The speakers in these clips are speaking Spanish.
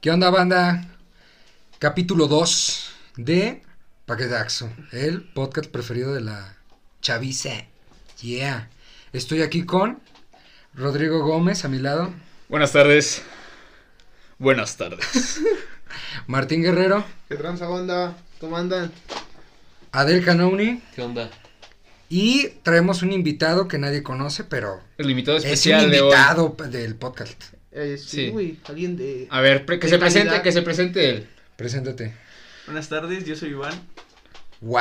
¿Qué onda, banda? Capítulo 2 de Paquetaxo, el podcast preferido de la chaviza. Yeah. Estoy aquí con Rodrigo Gómez a mi lado, Buenas tardes. Buenas tardes. Martín Guerrero, ¿Qué tranza banda? ¿Cómo andan? Adel Canouni ¿Qué onda? y traemos un invitado que nadie conoce, pero El invitado es un especial de hoy. invitado del podcast. Eh, sí, Sí. Ah, güey, alguien de... A ver, pre- que De se calidad. presente, que se presente él. Preséntate. Buenas tardes, yo soy Iván. ¡Wow!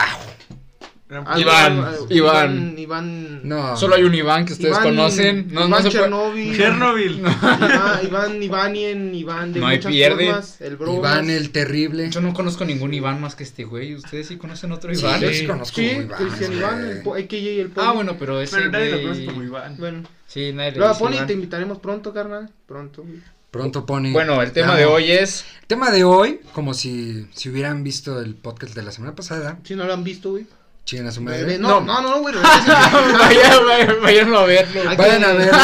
Gran- algo- Iván, algo- Iván. Iván, Iván... No. Solo hay un Iván que ustedes Iván- conocen. No, Iván no se puede- Chernobyl, Chernobyl. Iván, Iván Ivanien, Iván de No hay muchas pierde. formas, el bro. Iván el Terrible. Yo no conozco ningún Iván más que este güey. ¿Ustedes sí conocen otro Sí, Iván? yo sí conozco Sí, Iván, Cristian güey. Iván, el po- AKJ el Pony. Ah, bueno, pero ese Pero nadie lo güey- conoce como Iván. Bueno, Sí, nadie le luego dice Pony Iván. te invitaremos pronto, carnal, pronto. güey. Pronto pone. Bueno, el tema de hoy es... El tema de hoy, como si, si hubieran visto el podcast de la semana pasada, Si no lo han visto, güey. chinguen a su Eh, madre. No, no, no, no, güey, regresen. vayan, vayan, vayan a verlo. Ay, Vayan a Ya verlo.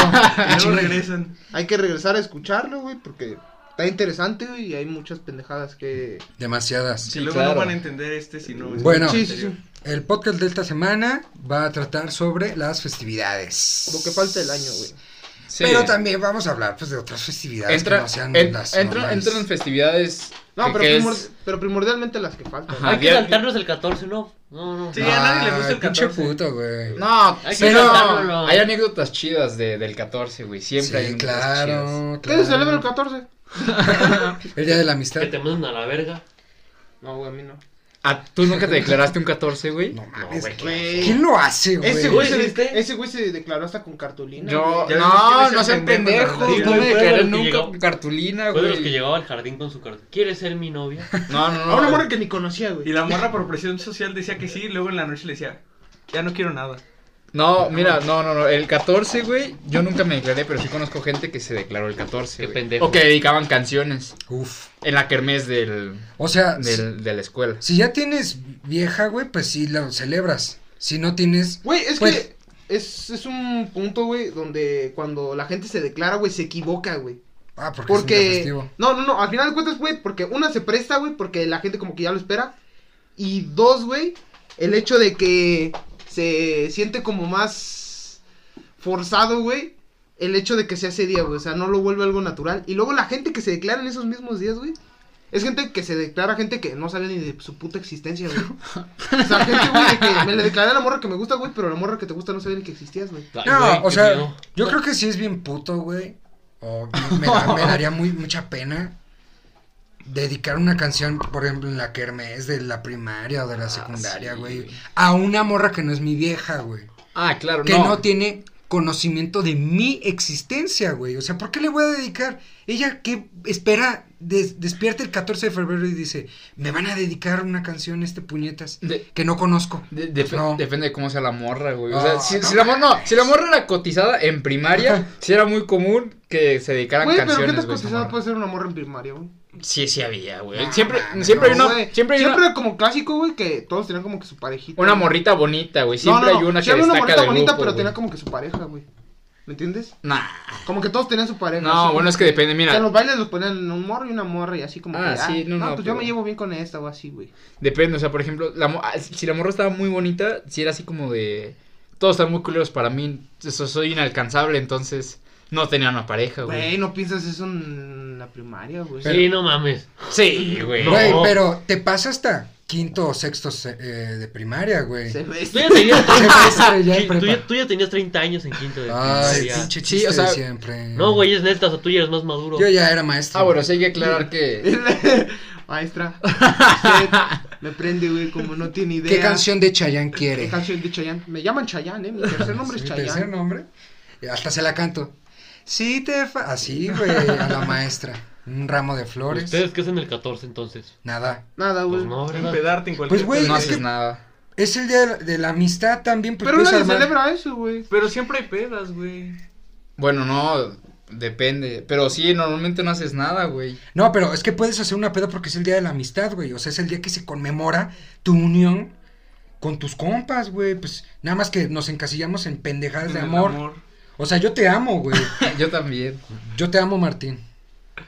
no Chinguen. regresan. Hay que regresar a escucharlo, güey, porque está interesante, güey, y hay muchas pendejadas que... Demasiadas. que luego claro. no van a entender este si no. escuchan Bueno. el Sí, sí, anterior. sí. El podcast de esta semana va a tratar sobre las festividades. Lo que falta del año, güey. Sí. Pero también vamos a hablar pues, de otras festividades que Entra, no sean en- las entra, normales. entran festividades... No, que- pero, que es- primor- pero primordialmente las que faltan. Ajá. Ajá. Hay que ya- saltarnos el 14, no. No, no. Sí, a nadie le gusta el Ay, Ah, pinche 14. puto, güey. No, Hay que pero cantarlo. hay anécdotas chidas de, del 14, güey. Siempre hay Sí, anécdotas chidas. claro, ¿Qué se celebra el claro. 14? El día de la amistad. Que te manden a la verga. No, güey, a mí no. Ah, ¿Tú nunca te declaraste un 14, güey? No mames. güey, Güey. ¿Quién lo hace, güey? Ese güey, se ¿Sí de- hiciste? ese güey se declaró hasta con cartulina. Yo, Ya ves no, que no eres el seas pendejo, pendejo. sí, No güey, me fue de declaré los que nunca llegó. con cartulina, Fue de los que güey. llegaba al jardín con su carta. ¿Quieres ser mi novia? No, no, A una no. morra que ni conocía, Y güey. la morra por presión social decía que sí, y luego en la noche le decía, ya no quiero nada. No, mira, no, no, no. El 14, güey, yo nunca me declaré, pero sí conozco gente que se declaró el 14. Qué güey. pendejo. O que dedicaban canciones Uf. en la kermés del, O sea, si, del- de la escuela. si ya tienes vieja, güey, pues sí lo celebras. Si no tienes. Güey, es Pues- que es, es un punto, güey, donde cuando la gente se declara, güey, se equivoca, güey. Ah, porque, es un día Porque... festivo. No, no, no, al final de cuentas, güey, porque una se presta, güey, porque la gente como que ya lo espera. Y dos, güey, el hecho de que se siente como más forzado, güey. El hecho de que sea ese día, güey. O sea, no lo vuelve algo natural. Y luego la gente que se declara en esos mismos días, güey. Es gente que se declara gente que no sabe ni de su puta existencia, güey. O sea, gente, güey, de que me le declaré a la morra que me gusta, güey, pero la morra que te gusta no sabe ni que existías, güey. Ay, No, güey, o qué sea, miedo. yo creo que sí es bien puto, güey. O me, da- me daría muy, mucha pena dedicar una canción, por ejemplo, en la que Hermes de la primaria o de la Ah, secundaria, sí, güey, güey. a una morra que no es mi vieja, güey. Ah, claro, Que no. no. tiene conocimiento de mi existencia, güey. O sea, ¿por qué le voy a dedicar? Ella que espera, des- despierta el 14 de febrero y dice, me van a dedicar una canción este puñetas De- que no conozco. Pues De- Pues dep- No. Depende de cómo sea la morra, güey. O No, sea, si, no si la morra, no, si la morra era cotizada en primaria, sí era muy común que se dedicaran Güey, pero ¿qué canciones, tan güey. esa cotizada morra. puede ser una morra en primaria, güey? Sí, sí había, güey. No, Siempre, mames, siempre hay No, una, güey. siempre hay una, como clásico, güey, que todos tenían como que su parejita. una güey. morrita bonita, güey. Siempre No, no, hay no, una sí que había una destaca morrita del bonita, grupo, pero güey. tenía como que su pareja, güey. ¿Me entiendes? Nah. Como que todos tenían su pareja. No, así bueno, como es que depende, O sea, en mira, los bailes los ponían en un morro y una morra y así como Ah, que, sí, no, no, pues pero- yo me llevo bien con esta o así, güey. depende, o sea, por ejemplo, la mo- ah, si la morra estaba muy bonita, si era así como de, todos están muy culeros para mí, eso, soy inalcanzable, entonces no tenía una pareja, Güey, güey. no piensas eso en la primaria, güey. Sí, no mames. Sí, güey. No. Güey, pero te pasa hasta quinto o sexto se- eh, de primaria, güey. Se ve- Tú ya tenías, Semestre ya en Sí, tú prepa. ya- tú ya tenías 30 años en quinto de Ay, primaria. pinche Sí, chiste o sea, de siempre. No, güey, es neta, o sea, tú ya eres más maduro. Yo ya era maestro. Ah, bueno, sí hay que aclarar que... Maestra, usted me prende, güey, como no tiene idea. ¿Qué canción de Chayanne quiere? ¿Qué canción de Chayanne? Me llaman Chayanne, eh. Mi tercer nombre Sí, es mi Chayanne. tercer nombre. Y Hasta se la canto. Sí, te. fa- Así, güey, a la maestra. Un ramo de flores. ¿Ustedes qué hacen el 14 entonces? Nada. Nada, güey. Pues no, ¿verdad? Empedarte en cualquier Pues, güey, no pedo. es que- haces nada. Es el día de la, de la amistad también. pues, Pero puedes nadie armar- celebra eso, güey. Pero siempre hay pedas, güey. Bueno, no, depende, pero sí, normalmente no haces nada, güey. No, pero es que puedes hacer una peda porque es el día de la amistad, güey. O sea, es el día que se conmemora tu unión con tus compas, güey. Pues nada más que nos encasillamos en pendejadas de El amor. O sea, yo te amo, güey. Yo también. Yo te amo, Martín.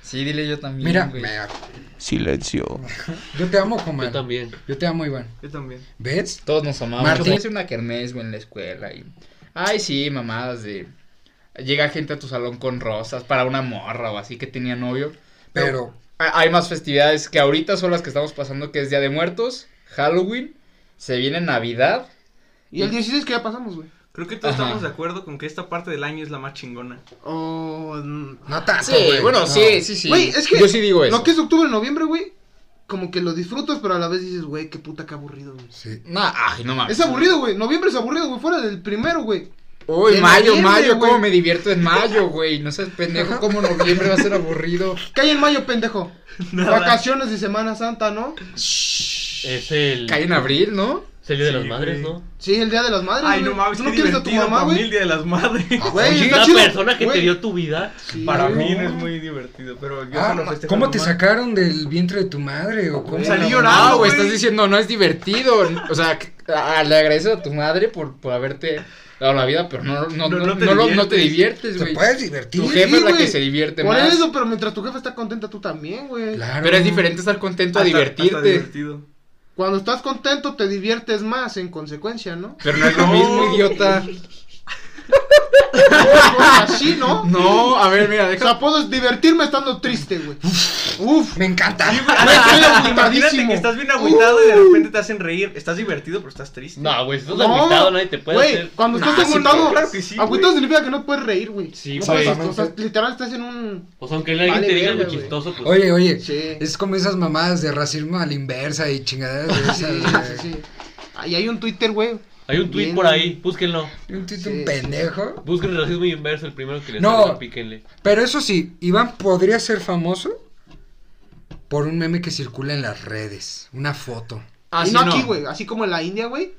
Sí, dile yo también. Mira, güey. mira, Silencio. yo te amo, Comal. Yo también. Yo te amo, Iván. Yo también. ¿Ves? Todos nos amamos. Martín. Martín. una kermés, güey, en la escuela. Y... Ay, sí, mamadas de. Llega gente a tu salón con rosas para una morra o así que tenía novio. Pero, Ha- Hay más festividades que ahorita son las que estamos pasando, que es Día de Muertos, Halloween, se viene Navidad. Y el 16 que ya pasamos, güey. Creo que todos Ajá. estamos de acuerdo con que esta parte del año es la más chingona. Oh, mm. no tanto. Sí, Ah, güey, bueno, no. sí, sí, sí. Güey, es que Yo sí digo eso. Lo que es octubre, noviembre, güey. Como que lo disfrutas, pero a la vez dices, güey, qué puta, qué aburrido, güey. Sí. Nah, ay, no mames. Es aburrido, güey. Noviembre es aburrido, güey. Fuera del primero, güey. Uy, En mayo, noviembre, mayo, güey. cómo me divierto en mayo, güey. No seas pendejo, cómo noviembre va a ser aburrido. Ah, ¿Qué hay en mayo, pendejo? Nada. Vacaciones de Semana Santa, ¿no? Es el. Cae en abril, ¿no? Es el día de Sí, las madres, güey. ¿no? Sí, el Día de las Madres, Ay, güey. no mames, ¿Tú qué no quieres a tu divertido mamá, para mí el güey? Día de las Madres. Ah, Güey, oye, está Una chido, persona que güey. te dio tu vida. Sí, Para güey. mí no es muy divertido, pero yo ah, se lo ma- festejo a ¿Cómo mi te mamá. sacaron del vientre de tu madre? ¿O cómo? Salí la- llorando. Ah, güey, güey. estás diciendo no es divertido. O sea, que- ah, le agradeces a tu madre por, por haberte dado la vida, pero no, no, no, No, no te no lo- no te diviertes, diviertes. Te güey. puedes Tu divertir. je- jefe es la güey. que se divierte Por más. eso, pero mientras tu jefa está contenta, tú también, güey. Claro. Pero es diferente estar contento a Hasta- divertirte. hasta divertido. Cuando estás contento, te diviertes más en consecuencia, ¿no? Pero no es lo No. mismo, idiota. Así, ¿no? No, a ver, mira, O sea, deja. puedo divertirme estando triste, güey. Uf. Me encanta. Güey, estoy Imagínate agüitadísimo. que estás bien agüitado y de repente te hacen reír. Estás divertido, pero estás triste. No, güey, estás No, agüitado, nadie te puede Güey, hacer. cuando estás Nah, sí, agüitado, claro que sí, agüitado güey. significa que no puedes reír, güey. Sí, No güey. puedes, o sea, literal estás en un. O sea, aunque alguien Vale, te diga verga, algo güey. chistoso, pues. Oye, oye. Sí. Es como esas mamadas de racismo a la inversa y chingaderas de Sí, esas, sí, güey. sí. Ahí hay un Twitter, güey. Hay un tweet Bien. por ahí, búsquenlo. Y Un tito Sí, sí. pendejo. Busquen racismo inverso, el primero que les No. salga, píquenle. Pero eso sí, Iván podría ser famoso por un meme que circula en las redes. Una foto. Ah, y sí, no, aquí, güey. Así como en la India, güey.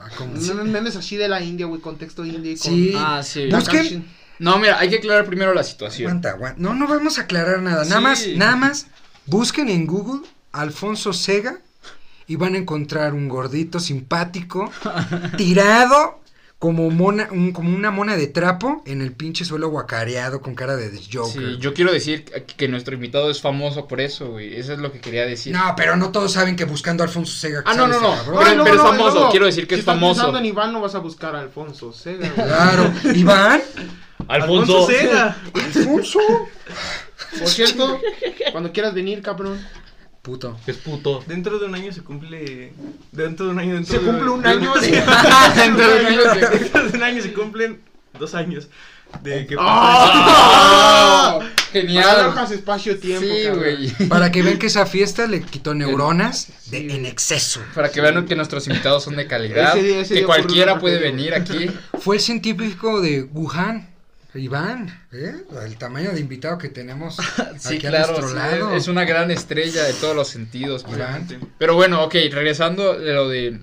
Ah, como- No Memes así de la India, güey. Contexto indio y con. Sí. Ah, sí. la Busquen- canción. No, mira, hay que aclarar primero la situación. Aguanta, aguanta. No, no vamos a aclarar nada. Nada Sí. más, nada más, busquen en Google Alfonso Sega y van a encontrar un gordito simpático tirado como mona, un- como una mona de trapo en el pinche suelo guacareado con cara de Joker. Sí, yo quiero decir que- que nuestro invitado es famoso por eso, güey. Eso es lo que quería decir. No, pero no todos saben que buscando a Alfonso Sega. Ah, no, sale no, ese no. cabrón. Pero- Ay, pero es y famoso, quiero decir que si es famoso. Estás pensando en Iván, no vas a buscar a Alfonso Sega, güey. Claro, Iván. Alfonso. Sega. Alfonso. Por cierto, cuando quieras venir, cabrón. Puto. Es puto. Dentro de un año se cumple. Dentro de un año. Dentro Se de- cumple un de- año. sí. Dentro de un año se- dentro de un año se cumplen dos años de que Ah, Genial. Alojas espacio-tiempo. Sí, cabrón. güey. Para que vean que esa fiesta le quitó neuronas de Sí. en exceso. Para que vean que nuestros invitados son de calidad. Ese día- ese que día ocurrió cualquiera una puede venir tragedia, aquí. Fue el científico de Wuhan, Iván, ¿eh? el tamaño de invitado que tenemos Sí, aquí a claro. nuestro sí, lado. es una gran estrella de todos los sentidos. Iván. Pero bueno, ok, regresando de lo de.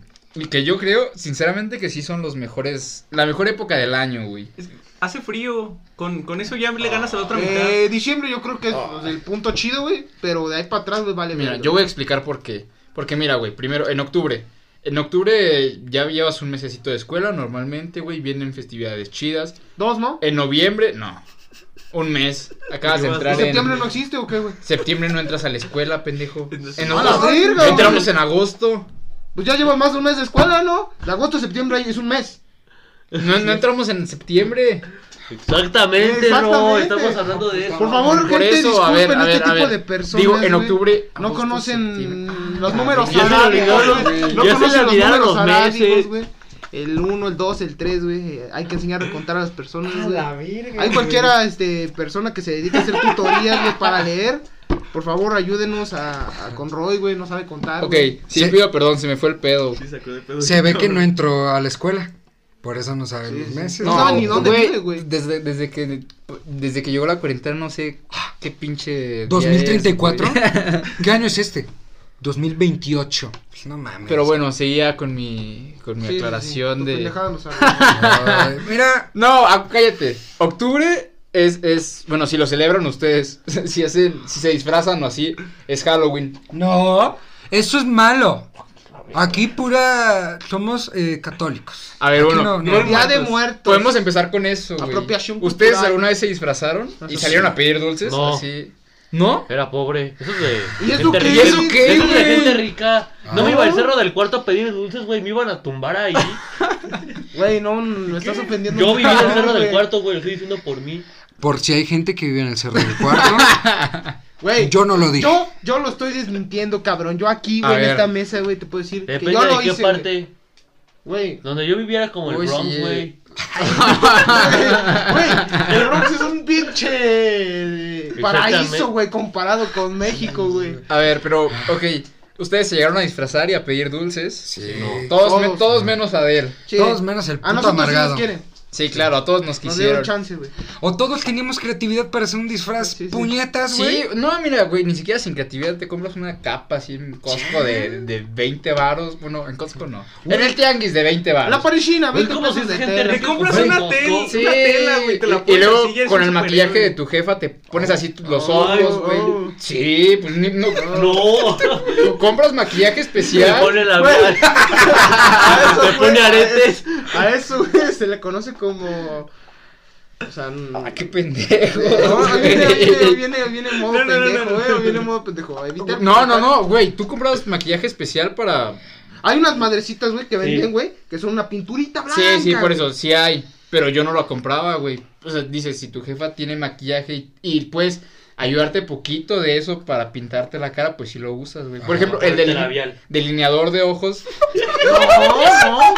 Que yo creo, sinceramente, que sí son los mejores. La mejor época del año, güey. Es- Hace frío. Con, con eso ya le ganas a la otra mitad. Eh, diciembre yo creo que es pues, el punto chido, güey. Pero de ahí para atrás, güey, vale. Mira, verga. yo voy a explicar por qué. Porque mira, güey, primero, en octubre. En octubre eh, ya llevas un mesecito de escuela, normalmente, güey, vienen festividades chidas. Dos, ¿no? En noviembre, no. Un mes. Acabas de Llevas- entrar en. ¿Septiembre no existe o qué, güey? Septiembre no entras a la escuela, pendejo. Entonces- En ¡A agosto- la verga, güey! Entramos en agosto. Pues ya llevas más de un mes de escuela, ¿no? De agosto a septiembre es un mes. No, no entramos en septiembre. Exactamente, no. Exactamente. Estamos hablando de eso. Por favor, Por gente, eso, a disculpen ver, a ver, este a tipo ver. de personas. Digo, en güey. octubre, No agosto, conocen septiembre. Ah, los números Ya se le arábigos. olvidaron, güey. güey. No Ya se conocen le los olvidaron números los meses. arábigos, güey. El 1, el 2, el 3, güey. Hay que enseñar a contar a las personas, güey. Hay cualquiera este, persona que se dedique a hacer tutorías, güey, para leer. Por favor, ayúdenos a, a- con Roy, güey. No sabe contar. Ok, Ah, güey. sí, Se- pido perdón, se me fue el pedo. Sí, sacó de pedo. Se ve que no entró a la escuela, por eso no sabe Sí, los sí. meses. No sabe ni dónde güey, vive, güey. Desde, desde que desde que llegó la cuarentena no sé ah, qué pinche día 2034. es, güey. ¿Qué año es este? 2028. Pues No mames. Pero bueno, seguía con mi con mi Sí, sí, sí. aclaración Tu de pendejada no sabe, güey. Ay, mira, No, ah, cállate. Octubre es, es, bueno, si lo celebran ustedes, si hacen, si se disfrazan o así, es Halloween. no, eso es malo. Aquí pura somos eh, católicos. A ver, Aquí bueno, no, no. no- Día de muertos. Podemos em- empezar con eso, güey. Apropiación ¿Ustedes cultural. alguna vez se disfrazaron No sé y si- salieron a pedir dulces? No. Así. ¿No? Era pobre. Eso es de. ¿Y eso gente qué, rica. eso qué, Eso es de güey? gente rica. No Ah. me iba al cerro del cuarto a pedir dulces, güey. Me iban a tumbar ahí. Güey, no, me estás ofendiendo. Yo vivía en el cabrón, cerro del güey. cuarto, güey. Lo estoy diciendo por mí. Por si hay gente que vive en el cerro del cuarto. Güey, yo no lo dije. Yo, yo lo estoy desmintiendo, cabrón. Yo aquí, A güey, en ver. esta mesa, güey, te puedo decir Depende que yo lo de qué hice. parte. güey. Güey, Donde yo viviera como el Uy, Bronx, sí. güey. güey, el Bronx es un pinche Exactamente. paraíso, güey, comparado con México, güey. A ver, pero, ok. Ustedes se llegaron a disfrazar y a pedir dulces. Sí. No. Todos, me- Todos. todos menos a Adel. Che, Todos menos el a puto nosotros sí amargado. nos quieren. Sí, claro, a todos nos Nos dieron quisieron. chance, güey. O todos teníamos creatividad para hacer un disfraz. Sí, sí. Puñetas, güey. Sí, no, mira, güey, ni siquiera sin creatividad te compras una capa así en Costco de, de 20 varos. Bueno, en Costco no. En el tianguis de 20 varos. La parisina, Güey, 20 ¿cómo pesos se de hace gente Te tela. rica? compras Güey, una, no, tel- no. una Sí, tela, güey, te y- la y pones luego así, ya eres con un el maquillaje de superhéroe. tu jefa te pones así tu- los Ay, ojos, güey. oh. Sí, pues ni- no, No. tú compras maquillaje Se especial. pone la verdad. A eso, Te güey, pone a aretes. eso- A eso, güey, se le conoce como. O sea, Ah, qué pendejo. No, ahí viene, ahí viene, ahí güey. viene, ahí viene modo No, no, no, pendejo, no, no. eh, ahí viene modo pendejo. evita- No, no, no, güey, tú comprabas maquillaje especial para... Hay unas madrecitas, güey, que Sí. venden, güey, que son una pinturita blanca. Sí, sí, por güey. eso, sí hay, pero yo no lo compraba, güey. O sea, dices, si tu jefa tiene maquillaje y, y, pues ayudarte poquito de eso para pintarte la cara, pues sí lo usas, güey. Por Ajá. ejemplo, el del labial. delineador de ojos. No, no.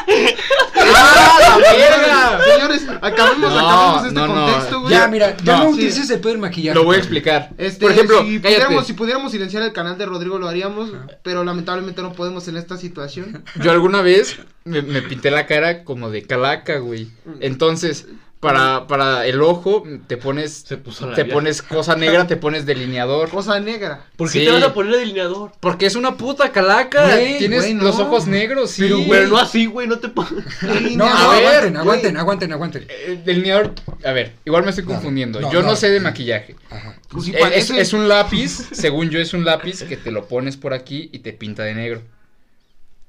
¡Ah, la verga! Señores, acabemos, No, acabemos este no, no. contexto, güey. Ya, mira, ya no, No, sí. utilices el pedo del maquillaje. Lo voy a explicar. Este, por ejemplo, si cállate. pudiéramos, si pudiéramos silenciar el canal de Rodrigo lo haríamos, pero lamentablemente no podemos en esta situación. Yo alguna vez me, me pinté la cara como de calaca, güey. Entonces, para, para el ojo, te pones, Se puso la te pones cosa negra, te pones delineador. Cosa negra. ¿Por qué Sí. te vas a poner el delineador? Porque es una puta calaca. Güey, Tienes güey, no. los ojos negros, sí. Pero, güey, no así, güey, no te pones. No, no, A ver, aguanten, güey. aguanten, aguanten, aguanten. El delineador, eh, a ver, igual me estoy No, confundiendo. no, yo no, no. sé de maquillaje. Ajá. Pues sí, Eh, es, parece- es un lápiz, según yo es un lápiz que te lo pones por aquí y te pinta de negro.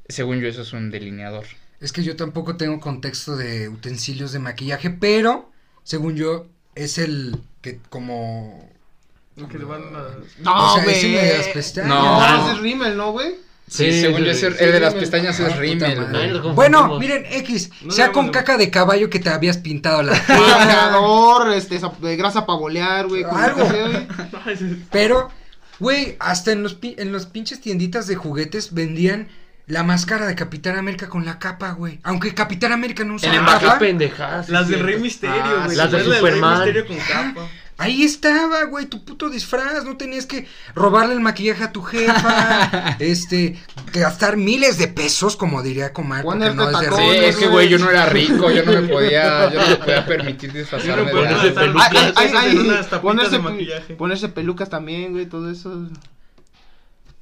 Según yo eso es un delineador. Es que yo tampoco tengo contexto de utensilios de maquillaje, pero según yo es el que como Que le van a- o No, sea, es el Ah, de las güey. pestañas. No. No, Ah, ese es rímel, ¿no, güey? Sí, Sí, según sí, yo es el, sí, el de las Rimmel. pestañas Ah, es puta rímel. madre. Ay, nos Bueno, confundimos. miren, X, No sea con digamos- caca de caballo que te habías pintado la cara, Paseador, este, sap- de grasa para bolear, güey. con Algo. lo que sea, güey. No, ese- pero güey, hasta en los pi- en los pinches tienditas de juguetes vendían la máscara de Capitán América con la capa, güey. Aunque Capitán América no usa En el capa, Ah, Qué pendejadas. Las sí, del Rey cierto. Ah, Misterio, güey. las ¿Te de acuerdas la del Rey Superman. Misterio con capa. Ahí estaba, güey, tu puto disfraz. No tenías que robarle el maquillaje a tu jefa. este, gastar miles de pesos, como diría Comar, porque Ponerte no es de Sí, tacones, robar. es que güey, yo no era rico, yo no me podía, yo no me podía permitir disfrazarme de ponerse algo. Ay, tan- ay, ay, Esas ay, en unas tapitas ponerse, de pe- maquillaje. ponerse pelucas también, güey, todo eso.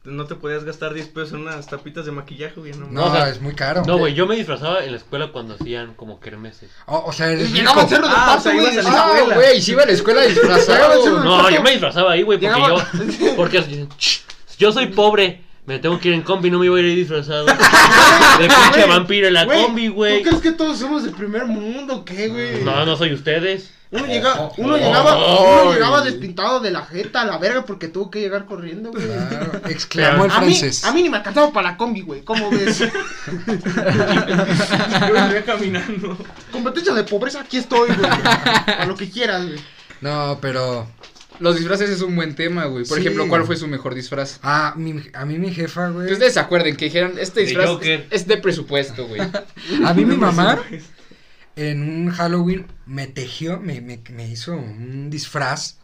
No te podías gastar 10 pesos en unas tapitas de maquillaje, güey. No, No, o sea, es muy caro. No, güey, yo me disfrazaba en la escuela cuando hacían como kermeses. O, o sea, eres Llegaba al rico. cerro del Ah, o paso, sea, güey. ibas a la ah, Ah, escuela. güey, sí iba a la escuela disfrazado. No, yo me disfrazaba ahí, güey, porque Llegaba- yo. Porque yo soy pobre. Me tengo que ir en combi, no me voy a ir disfrazado. De pinche Güey, Ah, vampiro en la güey, combi, güey. ¿Tú crees que todos somos del primer mundo, o qué, güey? No, no soy ustedes. Uno, llega- uno llegaba, uno llegaba despintado de la jeta a la verga porque tuvo que llegar corriendo, güey. Claro, exclamó el A mí, Ah. francés. a mí ni me alcanzaba para la combi, güey. ¿Cómo ves? yo venía caminando. Competencia de pobreza, aquí estoy, güey. A lo que quieras, güey. No, pero. Los disfraces es un buen tema, güey. Por Sí. ejemplo, ¿cuál fue su mejor disfraz? A, ah, mi- a mí mi jefa, güey. Que ustedes se acuerden que dijeron, este De disfraz Joker. es de presupuesto, güey. A mí mi mamá, en un Halloween, me tejió, me, me- me hizo un disfraz.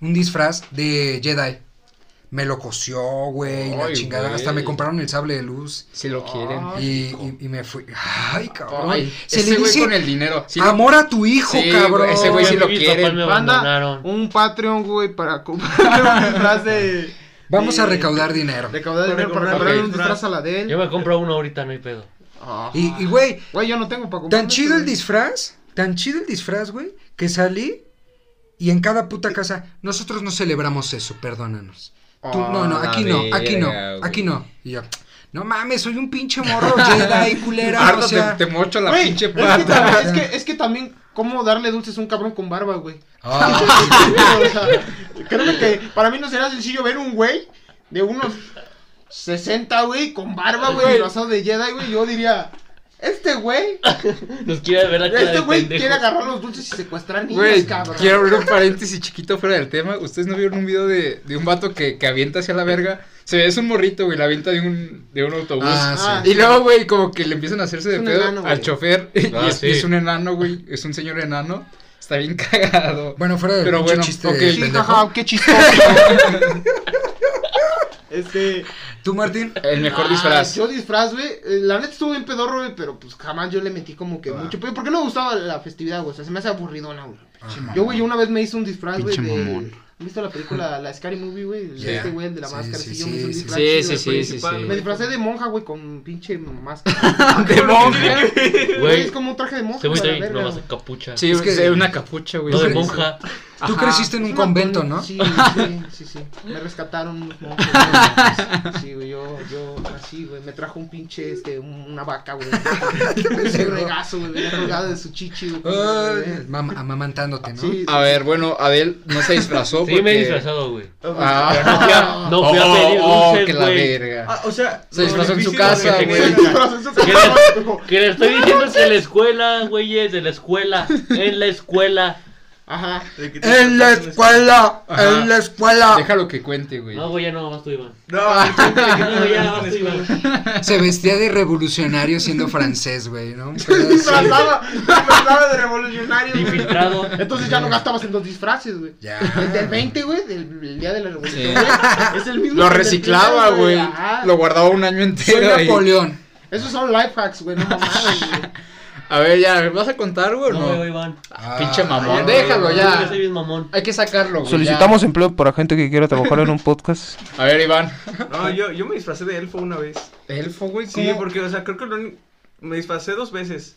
Un disfraz de Jedi. Me lo cosió, güey, la Ay, chingada. güey. Hasta me compraron el sable de luz. Si lo quieren. Ay, Y, y- y me fui. Ah. Ay, cabrón. Ay, Se ese le güey dice con el dinero. Sí, lo- amor a tu hijo, Sí, güey, cabrón. ese güey sí lo Mis quieren. papás me Banda, abandonaron. un Patreon, güey, para comprar un disfraz de. Vamos a de- recaudar dinero. Recaudar Para dinero para comprar comprar un disfraz. disfraz a la de Yo él. me compro uno ahorita, no hay pedo. Ajá. Y, y, güey, Güey, yo no tengo para comprar. tan chido el disfraz, tan chido el disfraz, güey, que salí y en cada puta casa, nosotros no celebramos eso, perdónanos. Tú, Ah, no, no, aquí la no, aquí no, verga, güey. aquí no. Y yo, No mames, soy un pinche morro Jedi, culera. Harto o sea, te, te mocho la Güey, pinche es, que, ta- pata. es, que, es que también, ¿cómo darle dulces a un cabrón con barba, güey? ah, O sea, créeme que para mí no será sencillo ver un güey de unos 60, güey, con barba, güey, disfrazado de Jedi, güey. Yo diría, este güey, Nos quiere ver la cara este de güey pendejo. quiere agarrar los dulces y secuestrar niños, Güey, cabrón. quiero abrir un paréntesis chiquito fuera del tema. ¿Ustedes no vieron un video de, de un vato que, que avienta hacia la verga? Se ve, es un morrito, güey, la avienta de un, de un autobús. ah, sí. Y luego, güey, como que le empiezan a hacerse de un pedo enano, al güey. chofer. y, Ah, es, sí. y es un enano, güey. Es un señor enano. Está bien cagado. Bueno, fuera del Ah. Pero pinche bueno, chiste ok. pendejo. Sí, jaja, qué chistoso. este, ¿Tú, Martín? El mejor ah, disfraz. Yo disfraz, güey. eh, La neta estuvo bien pedorro, güey, pero pues jamás yo le metí como que mucho. Pero porque no me gustaba la festividad, güey. O sea, se me hace aburridona, güey. Ah. Yo, güey, yo una vez me hice un disfraz, güey, Pinche de... mamón. ¿Has visto la película, la Scary Movie, güey? El de Yeah. Este güey, el de la Sí, máscara. sí, Sí, yo sí, me hice un sí, disfraz sí, chido sí, de sí, sí, principal, sí. Me disfracé de monja, güey, con pinche máscara. De monja. Güey, Güey, es como un traje de monja, se muy güey, la trae verga, bromas de güey. capucha. Sí, Es es que- una capucha, güey. No de Sí, monja. Tú Ajá. creciste en un Es una convento, colonia- ¿no? Sí, sí, sí, sí. Me rescataron unos monjes. güey. Pues, Sí, güey, yo, yo así, güey. Me trajo un pinche, este, un- una vaca, güey. Un regazo, güey. Venía colgada de su chichi, güey. Ay, mam- amamantándote, ¿no? Sí, A ver, bueno, Abel no se disfrazó Sí, me he porque- disfrazado, güey. Ah. Pero no fui a, no fui a Oh, pedir oh, dulces, que la güey. verga. Ah, o sea, Se disfrazó en su beneficio casa, de la güey. gente. Que le estoy diciendo es de la escuela, güeyes, de la escuela, en la escuela. Ajá. De que te- En la escuela, Ajá. en la escuela. Déjalo que cuente, güey. No, güey, ya no, más tú, Iván. No, güey, No, ya no, más tú, Iván. Se vestía de revolucionario siendo francés, güey, ¿no? Disfrazaba, disfrazaba de revolucionario, güey. Infiltrado. Entonces ya no gastabas en dos disfraces, güey. Ya. El del 20, güey, del del día de la revolución. Sí. güey, Es el mismo. Lo que el del reciclaba, primero, güey. Ajá. Lo guardaba un año Soy entero. ahí. Napoleón. Esos son life hacks, güey. No mamadas, güey. A ver, ya, ¿vas a contar, güey o No, no? güey, Iván. Ah. Ah, pinche mamón, No, déjalo no, ya. Yo soy bien mamón. Hay que sacarlo, güey. Solicitamos empleo para gente que quiera trabajar en un podcast. ya. A ver, Iván. No, yo, yo me disfracé de elfo una vez. Elfo, güey. Sí, ¿cómo? porque, o sea, creo que lo uni- me disfracé dos veces.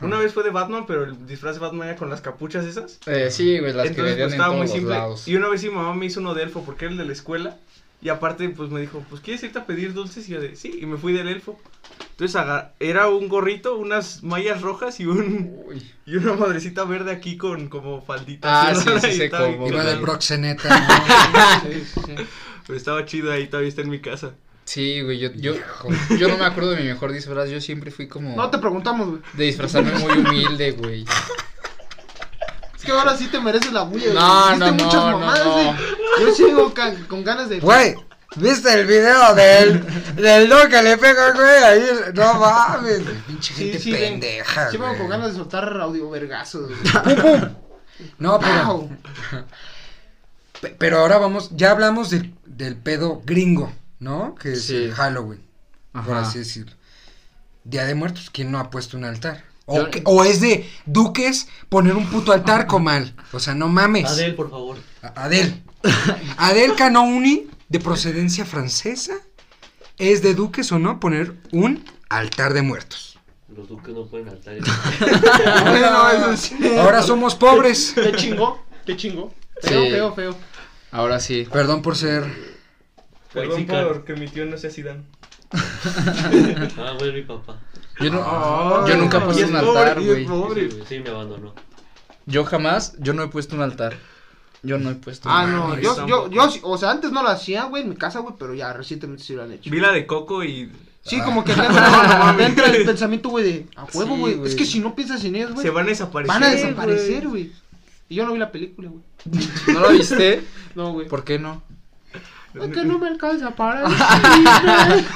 Una vez fue de Batman, pero el disfraz de Batman era con las capuchas esas. Eh, sí, güey, las que vendían Entonces, pues, en estaba todos muy los simple. lados. Y una vez mi mamá me hizo uno de elfo porque era el de la escuela. Y aparte, pues me dijo, pues ¿quieres irte a pedir dulces? Y yo de, sí, y me fui del elfo. Entonces aga- era un gorrito, unas mallas rojas y un Uy. y una madrecita verde aquí con como faldita. Ah, así, sí, ¿no? sí, Y sé estaba cómo, bien Iba de chido. proxeneta. Sí, sí, sí. Pero estaba chido ahí, todavía está en mi casa. Sí, güey, yo, yo, yo no me acuerdo de mi mejor disfraz. Yo siempre fui como No te preguntamos, güey. de disfrazarme muy humilde, güey. Es que ahora sí te mereces la bulla. No, güey. Hiciste no, muchas no, mamadas, no. güey. Yo sigo ca- con ganas de. ¿no? Güey, ¿viste el video del, del don que le pega, güey? Ahí, no mames. güey, Pinche Sí, gente sí, güey. pendeja, Sí, vengo con güey. ganas de soltar audio vergazos. güey. No, pero, Wow. pe- pero ahora vamos, ya hablamos del, del pedo gringo, ¿no? Que es Sí. el Halloween, por Ajá. así decirlo. Día de Muertos, ¿quién no ha puesto un altar? O, Yo- que- o es de duques poner un puto altar comal. O sea, no mames. Adel, por favor. A- Adel. Adel Canouni, de procedencia francesa, es de duques o no poner un altar de muertos. Los duques no pueden altar. Bueno, eso sí. Ahora somos pobres. Te chingó, te chingó. Feo, Sí. feo, feo. Ahora sí. Perdón por ser. Perdón sí, claro. por que mi tío no sea Zidane. Ah, güey, mi papá. Yo, no- Ay, yo nunca puse y es un altar, pobre, y es güey. pobre. Sí, sí, me abandonó. Yo jamás, yo no he puesto un altar. Yo no he puesto un Ah, altar. no, Mames, yo, yo, tampoco. yo, sí- o sea, antes no lo hacía, güey, en mi casa, güey, pero ya recientemente sí lo han hecho. Vi la de Coco y Sí, como que te entra, te entra el pensamiento, güey, de a huevo, Sí, güey. güey. es que si no piensas en ellos, güey, se van a desaparecer. van a desaparecer, güey. Y yo no vi la película, güey. ¿No lo viste? No, güey. ¿Por qué no? Es que no me alcanza para decirme.